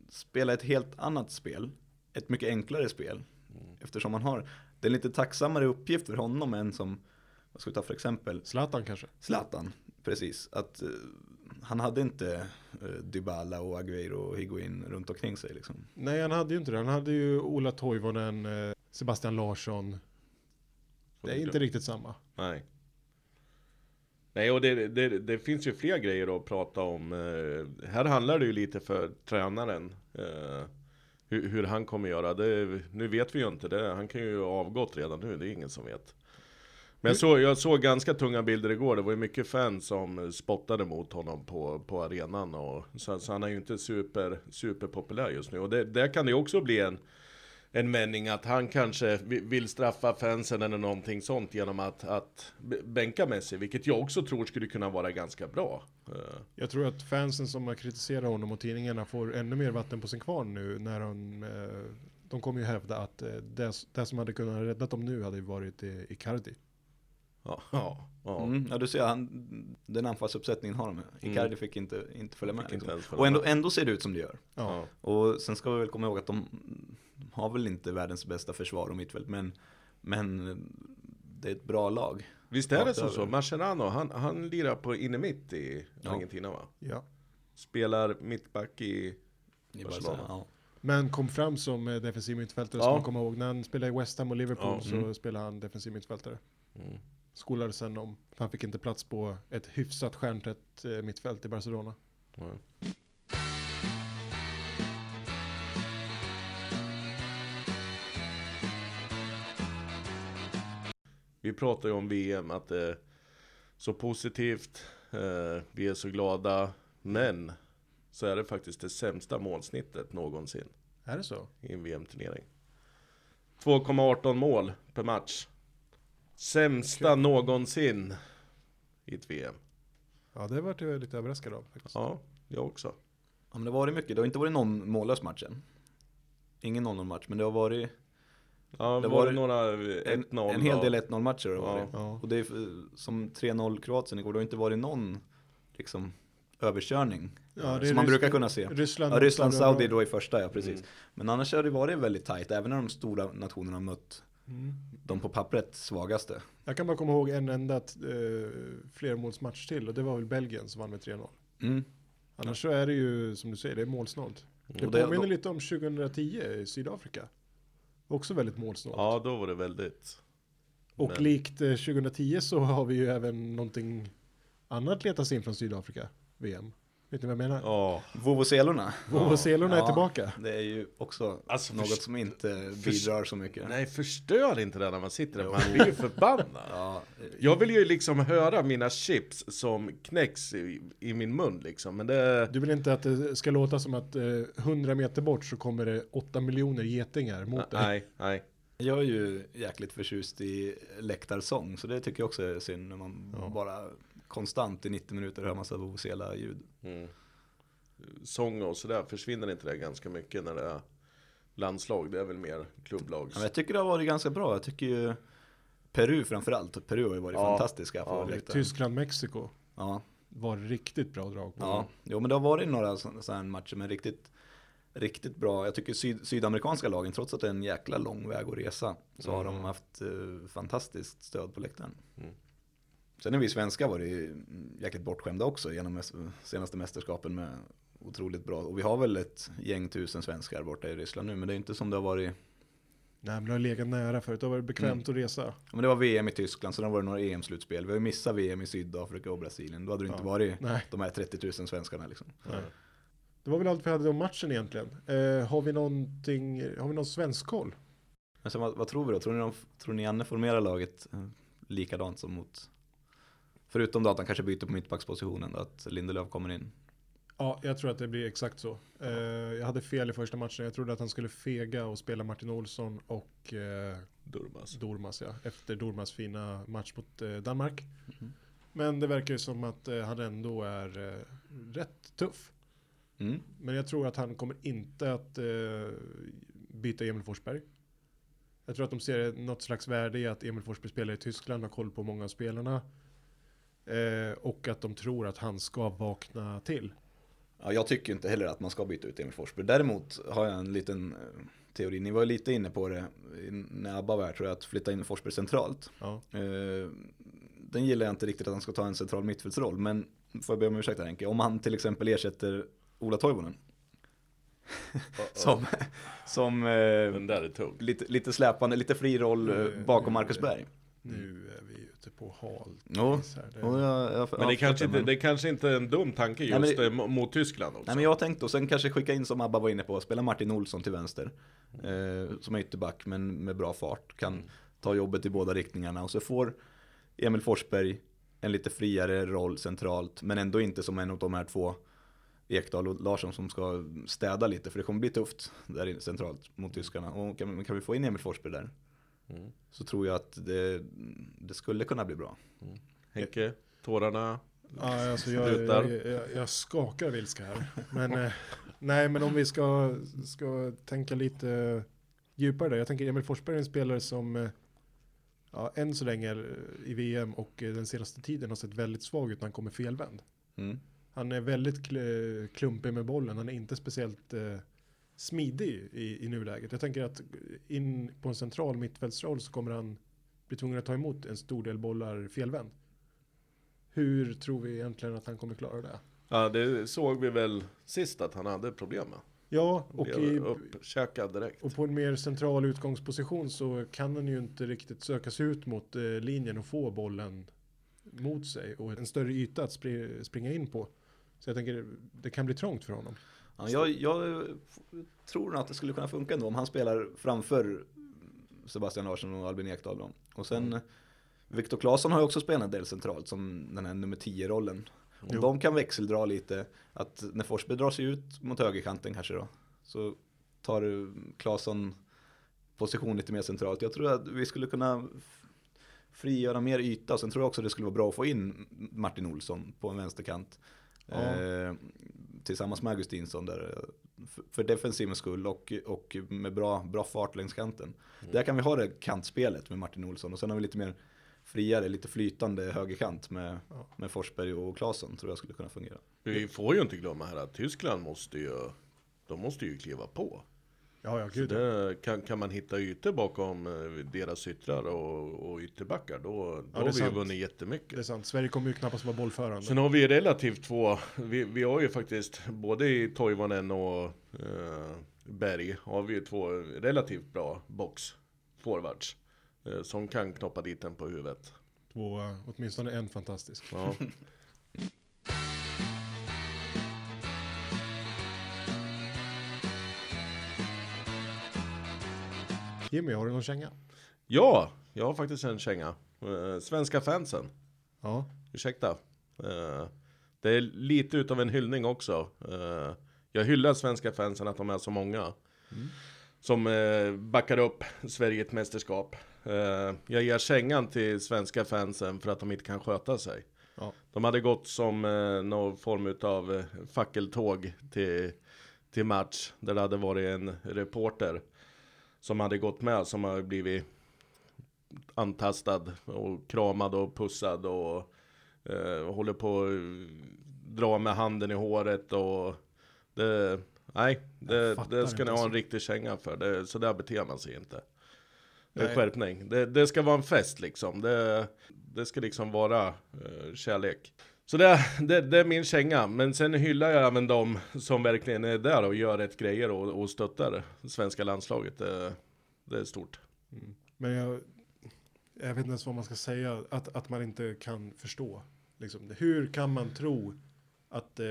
[SPEAKER 3] spela ett helt annat spel, ett mycket enklare spel. Eftersom han har, det är en lite tacksammare uppgift för honom än som, vad ska vi ta för exempel,
[SPEAKER 2] Zlatan kanske.
[SPEAKER 3] Zlatan, precis. Att eh, han hade inte eh, Dybala och Agüero och Higuain runt omkring sig liksom.
[SPEAKER 2] Nej, han hade ju inte det. Han hade ju Ola Toivonen, eh, Sebastian Larsson. Det är inte riktigt samma.
[SPEAKER 1] Nej. Nej, och det, det, det finns ju fler grejer att prata om. Eh, här handlar det ju lite för tränaren. Eh, hur, hur han kommer göra. Det, nu vet vi ju inte det. Han kan ju ha avgått redan nu. Det är ingen som vet. Men jag såg, jag såg ganska tunga bilder igår. Det var ju mycket fans som spottade mot honom på, på arenan. Och, så, så han är ju inte super, superpopulär just nu. Och det, där kan det ju också bli en en vändning att han kanske vi- vill straffa fansen eller någonting sånt genom att, att b- bänka Messi, vilket jag också tror skulle kunna vara ganska bra. Eh,
[SPEAKER 2] Jag tror att fansen som har kritiserat honom och tidningarna får ännu mer vatten på sin kvarn nu när de, eh, de kommer ju hävda att eh, det, det som hade kunnat rädda dem nu hade ju varit eh, Icardi.
[SPEAKER 1] Ja, ja, ja.
[SPEAKER 3] Mm, ja du ser, han, den anfallsuppsättningen har de. Icardi fick inte, inte följa med.
[SPEAKER 1] Mm. Fick inte
[SPEAKER 3] liksom.
[SPEAKER 1] ens följa
[SPEAKER 3] och ändå,
[SPEAKER 1] med.
[SPEAKER 3] ändå ser det ut som det gör.
[SPEAKER 1] Ja.
[SPEAKER 3] Och sen ska vi väl komma ihåg att de har väl inte världens bästa försvar och mittfält, men, men det är ett bra lag.
[SPEAKER 1] Visst är det
[SPEAKER 3] Rakt
[SPEAKER 1] som
[SPEAKER 3] över.
[SPEAKER 1] så? Mascherano, han, han lirar på inne mitt i Argentina va?
[SPEAKER 2] Ja.
[SPEAKER 1] Spelar mittback i...
[SPEAKER 3] I
[SPEAKER 1] Barcelona.
[SPEAKER 3] Barcelona, Ja.
[SPEAKER 2] Men kom fram som eh, defensiv mittfältare, ska
[SPEAKER 1] Ja.
[SPEAKER 2] man komma ihåg. När han spelade i West Ham och Liverpool
[SPEAKER 1] Ja,
[SPEAKER 2] så
[SPEAKER 3] mm.
[SPEAKER 2] spelade han defensiv mittfältare. Skolade sen om, för han fick inte plats på ett hyfsat stjärntätt eh, mittfält i Barcelona.
[SPEAKER 1] Vi pratar ju om VM, att det är så positivt, eh, vi är så glada, men så är det faktiskt det sämsta målsnittet någonsin
[SPEAKER 2] Är det så?
[SPEAKER 1] i en VM-turnering. 2,18 mål per match. Sämsta någonsin i ett VM.
[SPEAKER 2] Ja, det vart jag eh, lite överraskad av faktiskt.
[SPEAKER 1] Ja, jag också.
[SPEAKER 3] ja, men det har varit mycket. Det har inte varit någon mållös match än. Ingen 0-0 match, men det har varit
[SPEAKER 1] Ja,
[SPEAKER 3] Det
[SPEAKER 1] det
[SPEAKER 3] var
[SPEAKER 1] var det några
[SPEAKER 3] en,
[SPEAKER 1] 1-0.
[SPEAKER 3] en hel
[SPEAKER 1] ja.
[SPEAKER 3] del 1-0 matcher. Har det
[SPEAKER 1] Ja.
[SPEAKER 3] varit.
[SPEAKER 2] Ja.
[SPEAKER 3] Och det är eh, som 3-0 Kroatien igår, det har inte varit någon liksom, överkörning.
[SPEAKER 2] Ja, det är
[SPEAKER 3] eh, som man
[SPEAKER 2] Ryssland-
[SPEAKER 3] brukar kunna se.
[SPEAKER 2] Ryssland-
[SPEAKER 3] ja, Ryssland Saudi
[SPEAKER 2] Saudiarabien.
[SPEAKER 3] då i första, ja precis. Men annars har det varit väldigt tajt, även när de stora nationerna har mött
[SPEAKER 2] Mm.
[SPEAKER 3] de på pappret svagaste.
[SPEAKER 2] Jag kan bara komma ihåg en enda eh, flermålsmatch till och det var väl Belgien som vann med 3-0.
[SPEAKER 3] Mm.
[SPEAKER 2] Annars så är det ju som du säger, det är målsnålt. Det
[SPEAKER 3] Och det-
[SPEAKER 2] påminner
[SPEAKER 3] då-
[SPEAKER 2] lite om 2010 i Sydafrika. Också väldigt målsnålt.
[SPEAKER 1] Ja, då var det väldigt.
[SPEAKER 2] Och
[SPEAKER 1] Men-
[SPEAKER 2] likt eh, 2010 så har vi ju även någonting annat letat sig in från Sydafrika, VM. Vet ni vad jag menar?
[SPEAKER 1] Ja,
[SPEAKER 3] Vovoselorna.
[SPEAKER 2] Vovoselorna är tillbaka.
[SPEAKER 3] Det är ju också
[SPEAKER 1] Alltså,
[SPEAKER 3] något
[SPEAKER 1] först-
[SPEAKER 3] som inte bidrar så mycket.
[SPEAKER 1] nej förstör inte det när man sitter där, man blir ju förbannad.
[SPEAKER 3] Ja,
[SPEAKER 1] Jag vill ju liksom höra mina chips som knäcks i, i min mun liksom, men det...
[SPEAKER 2] Du vill inte att det ska låta som att eh, 100 meter bort så kommer det 8 miljoner getingar mot dig.
[SPEAKER 1] Nej, nej.
[SPEAKER 3] jag är ju jäkligt förtjust i läktarsång, så det tycker jag också är synd när man bara konstant i 90 minuter hör massa vovvozela-ljud.
[SPEAKER 1] Sång och sådär, försvinner inte det ganska mycket när det är landslag? Det är väl mer klubblags...
[SPEAKER 3] Ja, men jag tycker det har varit ganska bra. Jag tycker ju Peru framförallt. Peru har ju varit fantastiska på läktaren.
[SPEAKER 2] Tyskland, Mexiko
[SPEAKER 3] Ja,
[SPEAKER 2] var riktigt bra drag på.
[SPEAKER 3] ja. Jo, men det har varit några sådana här matcher med riktigt, riktigt bra. Jag tycker syd, sydamerikanska lagen, trots att det är en jäkla lång väg att resa, så har de haft eh, fantastiskt stöd på läktaren. Sen har vi svenskar varit jäkligt bortskämda också genom mes- senaste mästerskapen med otroligt bra. Och vi har väl ett gäng tusen svenskar borta i Ryssland nu, men det är inte som det har varit
[SPEAKER 2] Nej, men det har legat nära förut. Det har varit bekvämt att resa.
[SPEAKER 3] Ja, men det var VM i Tyskland, sen har det varit några EM-slutspel. Vi har ju missat VM i Sydafrika och Brasilien. Då hade det inte varit
[SPEAKER 2] Nej.
[SPEAKER 3] de här 30 000 svenskarna. Liksom.
[SPEAKER 2] Det var väl allt vi hade om matchen egentligen. Eh, har vi någonting, har vi någon svensk koll?
[SPEAKER 3] Men sen, vad, vad tror vi då? Tror ni, de, tror ni Janne formerar laget eh, likadant som mot... Förutom då att han kanske byter på mittbackspositionen, då, att Lindelöf kommer in.
[SPEAKER 2] Ja, jag tror att det blir exakt så. Eh, jag hade fel i första matchen. Jag trodde att han skulle fega och spela Martin Olsson och eh,
[SPEAKER 1] Durmas.
[SPEAKER 2] Dormas, ja. Efter Dormas fina match mot eh, Danmark. Men det verkar ju som att eh, han ändå är eh, rätt tuff.
[SPEAKER 3] Mm.
[SPEAKER 2] Men jag tror att han kommer inte att eh, byta Emil Forsberg. Jag tror att de ser något slags värde i att Emil Forsberg spelar i Tyskland, har koll på många av spelarna. Eh, och att de tror att han ska vakna till.
[SPEAKER 3] Ja, jag tycker inte heller att man ska byta ut Emil Forsberg. Däremot har jag en liten eh, teori. Ni var ju lite inne på det i- när Abba var här, tror jag, att flytta in Forsberg centralt.
[SPEAKER 2] Ja.
[SPEAKER 3] Eh, den gillar jag inte riktigt att han ska ta en central mittfältsroll, men får jag be om ursäkt här Henke, om han till exempel ersätter Ola Toivonen. som som eh,
[SPEAKER 1] Den där är tung.
[SPEAKER 3] lite, lite släpande, lite fri roll eh, bakom Marcus Berg.
[SPEAKER 2] Nu är vi ute på halt
[SPEAKER 3] Jo,
[SPEAKER 2] is här. Det-
[SPEAKER 3] jo, jag- jag-
[SPEAKER 1] eh, Men det,
[SPEAKER 3] jag
[SPEAKER 1] kanske
[SPEAKER 3] fattar,
[SPEAKER 1] inte, det kanske inte är en dum tanke
[SPEAKER 3] Nej,
[SPEAKER 1] just
[SPEAKER 3] men det-
[SPEAKER 1] eh, mo- mot Tyskland också.
[SPEAKER 3] Nej men jag tänkte och sen kanske skicka in som Abba var inne på, spela Martin Olsson till vänster. Eh, som är ytterback men med bra fart. Kan ta jobbet i båda riktningarna. Och så får Emil Forsberg en lite friare roll centralt. Men ändå inte som en av de här två, Ekdal och Larsson, som ska städa lite. För det kommer bli tufft där inne centralt mot tyskarna. Och kan, kan vi få in Emil Forsberg där?
[SPEAKER 1] Mm.
[SPEAKER 3] Så tror jag att det, det skulle kunna bli bra.
[SPEAKER 1] Henke, tårarna.
[SPEAKER 2] Ja, alltså jag,
[SPEAKER 1] Slutar.
[SPEAKER 2] jag, jag, jag skakar av ilska här. Men, eh, nej, men om vi ska, ska tänka lite djupare där. Jag tänker Emil Forsberg är en spelare som eh, ja, än så länge eh, i VM och eh, den senaste tiden har sett väldigt svag ut när han kommer felvänd.
[SPEAKER 3] Mm.
[SPEAKER 2] Han är väldigt kl- klumpig med bollen. Han är inte speciellt eh, smidig i, i nuläget. Jag tänker att in på en central mittfältsroll så kommer han bli tvungen att ta emot en stor del bollar felvänd. Hur tror vi egentligen att han kommer klara det?
[SPEAKER 1] Ja, det såg vi väl sist att han hade problem med.
[SPEAKER 2] Ja, och,
[SPEAKER 1] Blev
[SPEAKER 2] i,
[SPEAKER 1] uppkäkad direkt.
[SPEAKER 2] och på en mer central utgångsposition så kan han ju inte riktigt söka sig ut mot eh, linjen och få bollen mot sig och en större yta att spri- springa in på. Så jag tänker det kan bli trångt för honom.
[SPEAKER 3] Ja, jag, jag tror nog att det skulle kunna funka ändå om han spelar framför Sebastian Larsson och Albin Ekdal. Då. Och sen eh, Viktor Claesson har ju också spelat en del centralt som den här nummer 10-rollen. Om
[SPEAKER 2] Jo.
[SPEAKER 3] de kan växeldra lite, att när Forsberg drar sig ut mot högerkanten kanske då, så tar du Claesson position lite mer centralt. Jag tror att vi skulle kunna f- frigöra mer yta. Sen tror jag också det skulle vara bra att få in Martin Olsson på en vänsterkant.
[SPEAKER 2] Ja.
[SPEAKER 3] Eh, tillsammans med Augustinsson där. För, för defensivens skull och, och med bra, bra fart längs kanten.
[SPEAKER 2] Mm.
[SPEAKER 3] Där kan vi ha det kantspelet med Martin Olsson. Och sen har vi lite mer friare, lite flytande högerkant med,
[SPEAKER 2] Ja.
[SPEAKER 3] med Forsberg och Claesson. Tror jag skulle kunna fungera.
[SPEAKER 1] Vi får ju inte glömma här att Tyskland måste ju, de måste ju kliva på.
[SPEAKER 2] Ja, ja,
[SPEAKER 1] Så
[SPEAKER 2] gud.
[SPEAKER 1] det, kan, kan man hitta ytor bakom eh, deras yttrar och, och ytterbackar då, då
[SPEAKER 2] det är
[SPEAKER 1] har vi ju
[SPEAKER 2] sant.
[SPEAKER 1] vunnit
[SPEAKER 2] Det är
[SPEAKER 1] jättemycket.
[SPEAKER 2] sant, Sverige kommer ju knappast vara bollförande.
[SPEAKER 1] Sen har vi ju relativt få, vi, vi har ju faktiskt både i Toivonen och eh, Berg har vi ju två relativt bra box forwards eh, som kan knoppa dit den på huvudet.
[SPEAKER 2] Två, eh, åtminstone en fantastisk.
[SPEAKER 1] Ja.
[SPEAKER 2] Jimmy, har du någon känga?
[SPEAKER 1] ja, jag har faktiskt en känga. Eh, svenska fansen.
[SPEAKER 2] Ja.
[SPEAKER 1] Ursäkta. Eh, det är lite utav en hyllning också. Eh, jag hyllar svenska fansen att de är så många. Som eh, backar upp Sverige i ett mästerskap. Eh, jag ger kängan till svenska fansen för att de inte kan sköta sig.
[SPEAKER 2] Ja.
[SPEAKER 1] De hade gått som eh, någon form av eh, fackeltåg till, till match. Där det hade varit en reporter som hade gått med som har blivit antastad och kramad och pussad och eh, håller på att dra med handen i håret och det, nej,
[SPEAKER 2] Jag
[SPEAKER 1] det,
[SPEAKER 2] fattar
[SPEAKER 1] det ska
[SPEAKER 2] inte
[SPEAKER 1] ni ha en
[SPEAKER 2] alltså.
[SPEAKER 1] riktig känga för. Det, så där beter man sig inte. Det är
[SPEAKER 2] Nej.
[SPEAKER 1] Eh, skärpning. Det, det ska vara en fest liksom. Det, det ska liksom vara eh, kärlek. Så det, det, det är min känga. Men sen hyllar jag även de som verkligen är där och gör rätt grejer och, och stöttar svenska landslaget. Det, det är stort.
[SPEAKER 2] Men jag, jag vet inte ens vad man ska säga, att, att man inte kan förstå. Liksom. Hur kan man tro att eh,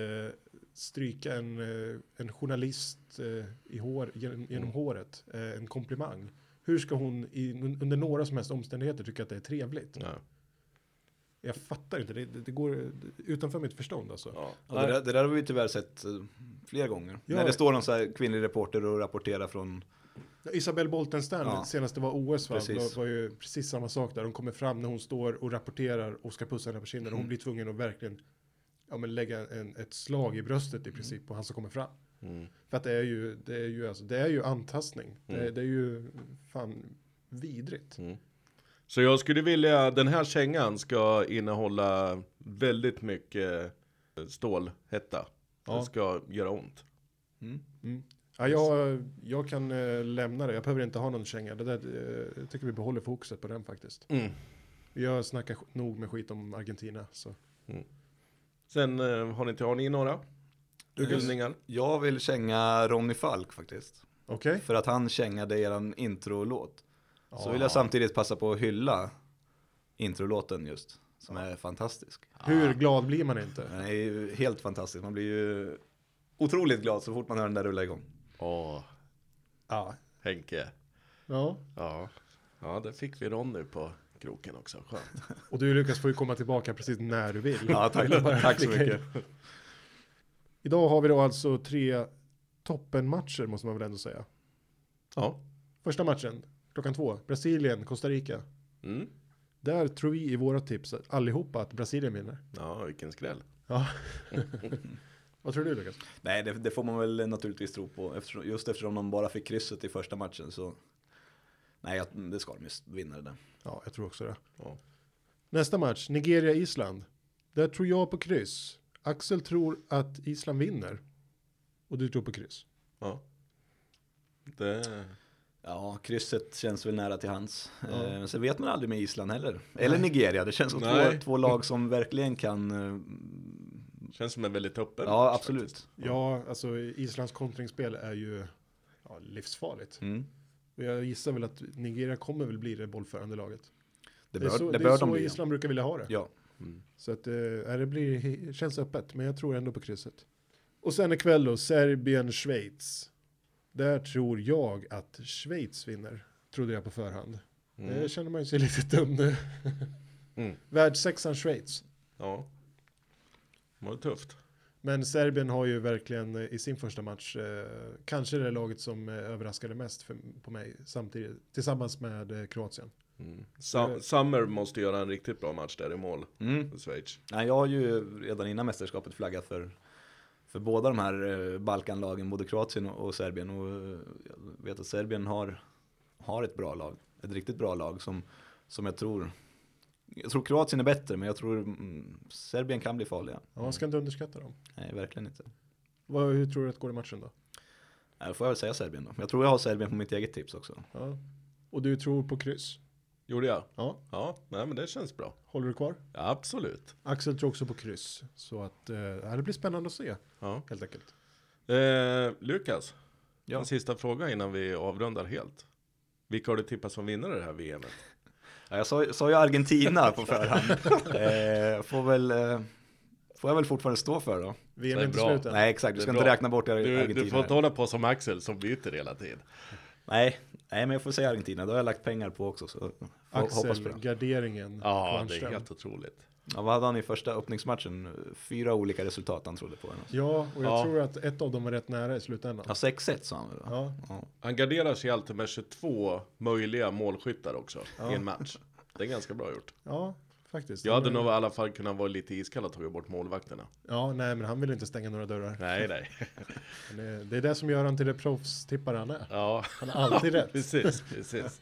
[SPEAKER 2] stryka en, eh, en journalist eh, i hår, genom, genom håret, eh, en komplimang. Hur ska hon i, under några som helst omständigheter tycka att det är trevligt?
[SPEAKER 1] Nej.
[SPEAKER 2] Jag fattar inte, det, det, det går eh, utanför mitt förstånd alltså.
[SPEAKER 1] Ja.
[SPEAKER 3] Ja, det, där, det där har vi tyvärr sett eh, flera gånger.
[SPEAKER 2] Ja.
[SPEAKER 3] När det står någon så här kvinnlig reporter och rapporterar från...
[SPEAKER 2] Isabelle Boltenstern,
[SPEAKER 3] Ja.
[SPEAKER 2] det senaste var OS va?
[SPEAKER 3] Precis.
[SPEAKER 2] Det var ju precis samma sak där. Hon kommer fram när hon står och rapporterar och ska pussa henne på kinden.
[SPEAKER 3] Mm.
[SPEAKER 2] Hon blir tvungen att verkligen ja, men lägga en, ett slag i bröstet
[SPEAKER 3] Mm.
[SPEAKER 2] i princip på han som kommer fram. För att det är ju, det är ju, alltså, det är ju antastning. Det,
[SPEAKER 3] Mm.
[SPEAKER 2] är- det är ju fan vidrigt.
[SPEAKER 1] Så jag skulle vilja, den här kängan ska innehålla väldigt mycket eh, stålhetta.
[SPEAKER 2] Ja.
[SPEAKER 1] Den ska göra ont.
[SPEAKER 2] Ja, jag, jag kan eh, lämna det, jag behöver inte ha någon känga. Det där, eh, jag tycker vi behåller fokuset på den faktiskt.
[SPEAKER 1] Mm.
[SPEAKER 2] Jag snackar sk- nog med skit om Argentina. Så.
[SPEAKER 1] Sen eh, har ni inte, har ni några? Hyllningar?
[SPEAKER 3] Jag vill känga Ronny Falk faktiskt.
[SPEAKER 2] Okej?
[SPEAKER 3] För att han kängade eran introlåt. Så
[SPEAKER 2] Ja.
[SPEAKER 3] vill jag samtidigt passa på att hylla introlåten just. Som är fantastisk.
[SPEAKER 2] Hur glad blir man inte?
[SPEAKER 3] Den är ju helt fantastisk. Man blir ju otroligt glad så fort man hör den där rulla igång.
[SPEAKER 1] Åh,
[SPEAKER 2] Ja.
[SPEAKER 1] Henke.
[SPEAKER 2] ja.
[SPEAKER 1] Ja. Ja, det fick vi Ronny på kroken också. Skönt.
[SPEAKER 2] Och du Lukas får ju komma tillbaka precis när du vill.
[SPEAKER 3] Ja, tack,
[SPEAKER 2] Jag vill bara
[SPEAKER 3] tack så
[SPEAKER 2] flika in.
[SPEAKER 3] mycket.
[SPEAKER 2] Idag har vi då alltså tre toppenmatcher måste man väl ändå säga.
[SPEAKER 1] Ja.
[SPEAKER 2] Första matchen, klockan två, Brasilien, Costa Rica.
[SPEAKER 1] Mm.
[SPEAKER 2] Där tror vi i våra tips allihopa att Brasilien vinner.
[SPEAKER 1] Ja, vilken skräll.
[SPEAKER 2] Ja. Vad tror du Lukas?
[SPEAKER 3] Nej, det, det får man väl naturligtvis tro på. Eftersom, just eftersom de bara fick krysset i första matchen så. Nej, jag- det ska de just vinna det där.
[SPEAKER 2] Ja, jag tror också det.
[SPEAKER 1] Ja.
[SPEAKER 2] Nästa match, Nigeria-Island. Där tror jag på kryss. Axel tror att Island vinner. Och du tror på kryss.
[SPEAKER 1] Ja. Det...
[SPEAKER 3] Ja, krysset känns väl nära till hans.
[SPEAKER 2] Ja.
[SPEAKER 3] Eh, sen vet man aldrig med Island heller. Eller Nigeria, det känns som två,
[SPEAKER 1] Nej.
[SPEAKER 3] två lag som verkligen kan... eh,
[SPEAKER 1] Känns som en väldigt öppen
[SPEAKER 3] Ja,
[SPEAKER 1] match faktiskt.
[SPEAKER 3] absolut.
[SPEAKER 2] Ja, alltså Islands kontringsspel är ju ja, livsfarligt.
[SPEAKER 3] Mm.
[SPEAKER 2] Och jag gissar väl att Nigeria kommer väl bli det bollförande laget.
[SPEAKER 3] Det
[SPEAKER 2] Det är
[SPEAKER 3] bör,
[SPEAKER 2] så,
[SPEAKER 3] det
[SPEAKER 2] det är
[SPEAKER 3] bör de
[SPEAKER 2] så
[SPEAKER 3] bli.
[SPEAKER 2] Island brukar vilja ha det.
[SPEAKER 3] Ja.
[SPEAKER 1] Mm.
[SPEAKER 2] Så att, eh, ja, det blir, he- känns öppet, men jag tror ändå på krysset. Och sen ikväll då, Serbien-Schweiz. Där tror jag att Schweiz vinner, trodde jag på förhand.
[SPEAKER 3] Mm.
[SPEAKER 2] Det känner man ju sig lite dum nu.
[SPEAKER 1] Mm.
[SPEAKER 2] Världssexan Schweiz.
[SPEAKER 1] Ja. Det var tufft.
[SPEAKER 2] Men Serbien har ju verkligen eh, i sin första match eh, kanske det laget som eh, överraskade mest för, på mig samtidigt tillsammans med eh, Kroatien.
[SPEAKER 1] Sam- Summer måste göra en riktigt bra match där i mål.
[SPEAKER 3] Mm.
[SPEAKER 1] för Schweiz.
[SPEAKER 3] Nej, jag har ju redan innan mästerskapet flaggat för, för båda de här eh, Balkanlagen, både Kroatien och, och Serbien. Och eh, jag vet att Serbien har, har ett bra lag, ett riktigt bra lag som, som jag tror... Jag tror Kroatien är bättre, men jag tror mm, Serbien kan bli farliga.
[SPEAKER 2] Ja, man ska inte underskatta dem.
[SPEAKER 3] Nej, verkligen inte.
[SPEAKER 2] Vad, hur tror du att det går i matchen då?
[SPEAKER 3] Nej, då får jag väl säga Serbien då. Jag tror jag har Serbien på mitt eget tips också.
[SPEAKER 2] Ja. Och du tror på kryss?
[SPEAKER 1] Gjorde jag?
[SPEAKER 2] Ja.
[SPEAKER 1] Ja, nej men det känns bra.
[SPEAKER 2] Håller du kvar?
[SPEAKER 1] Ja, absolut.
[SPEAKER 2] Axel tror också på kryss. Så att eh, ja, det blir spännande att se
[SPEAKER 1] Ja.
[SPEAKER 2] helt enkelt.
[SPEAKER 1] Eh, Lukas,
[SPEAKER 3] Ja.
[SPEAKER 1] en sista fråga innan vi avrundar helt. Vilka har du tippat som vinnare det här VMet?
[SPEAKER 3] Ja, jag sa, sa ju Argentina på förhand. eh, får, väl, eh, får jag väl fortfarande stå för då?
[SPEAKER 2] VM är
[SPEAKER 1] Det är
[SPEAKER 2] inte
[SPEAKER 1] bra.
[SPEAKER 2] slut än.
[SPEAKER 3] Nej, exakt.
[SPEAKER 1] Det
[SPEAKER 3] Du
[SPEAKER 1] är
[SPEAKER 3] ska inte
[SPEAKER 1] bra.
[SPEAKER 3] räkna bort Ar-
[SPEAKER 1] Du,
[SPEAKER 3] Argentina.
[SPEAKER 1] du får
[SPEAKER 3] här.
[SPEAKER 1] inte hålla på som Axel som byter hela tiden.
[SPEAKER 3] Nej, nej, men jag får säga Argentina. Det har jag lagt pengar på också. Så får- hoppas på
[SPEAKER 2] Axel,
[SPEAKER 3] det.
[SPEAKER 2] garderingen,
[SPEAKER 1] Ja, det är
[SPEAKER 2] Kvarnström.
[SPEAKER 1] helt otroligt.
[SPEAKER 3] Ja, vad hade han i första öppningsmatchen? Fyra olika resultat han trodde på. eller något.
[SPEAKER 2] Ja, och jag
[SPEAKER 1] Ja.
[SPEAKER 2] tror att ett av dem var rätt nära i slutändan.
[SPEAKER 3] Ja, 6-1 sa han väl? då?
[SPEAKER 2] Ja.
[SPEAKER 3] Ja.
[SPEAKER 1] Han garderar sig alltid med 22 möjliga målskyttar också i en match. Det är ganska bra gjort.
[SPEAKER 2] Ja, faktiskt.
[SPEAKER 1] Jag hade
[SPEAKER 2] Men-
[SPEAKER 1] nog i alla fall kunnat vara lite iskall och tagit bort målvakterna.
[SPEAKER 2] Ja, nej, men han vill inte stänga några dörrar.
[SPEAKER 1] Nej, nej.
[SPEAKER 2] Men Det, det är det som gör han till det proffstippare han är.
[SPEAKER 1] Ja,
[SPEAKER 2] Han har alltid rätt.
[SPEAKER 1] precis, precis.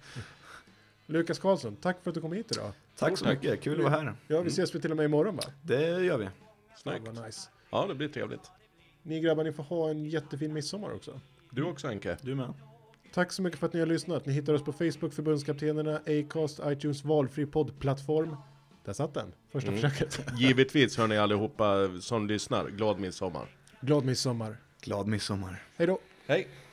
[SPEAKER 2] Lukas Karlsson, tack för att du kom hit idag.
[SPEAKER 3] Tack så mycket, kul att vara här.
[SPEAKER 1] Mm.
[SPEAKER 2] Ja, vi ses väl till och med imorgon va?
[SPEAKER 3] Det gör vi.
[SPEAKER 2] Ja,
[SPEAKER 1] Snyggt.
[SPEAKER 2] vad nice.
[SPEAKER 1] Ja, det blir trevligt.
[SPEAKER 2] Ni grabbar, ni får ha en jättefin midsommar också.
[SPEAKER 1] Du också Henke.
[SPEAKER 3] Du med.
[SPEAKER 2] Tack så mycket för att ni har lyssnat. Ni hittar oss på Facebook, Förbundskaptenerna, Acast, iTunes, valfri poddplattform. Där satt den, första försöket.
[SPEAKER 1] Givetvis hör ni allihopa som lyssnar, glad midsommar.
[SPEAKER 2] Glad midsommar.
[SPEAKER 3] Glad midsommar.
[SPEAKER 2] Hej då!
[SPEAKER 1] Hej!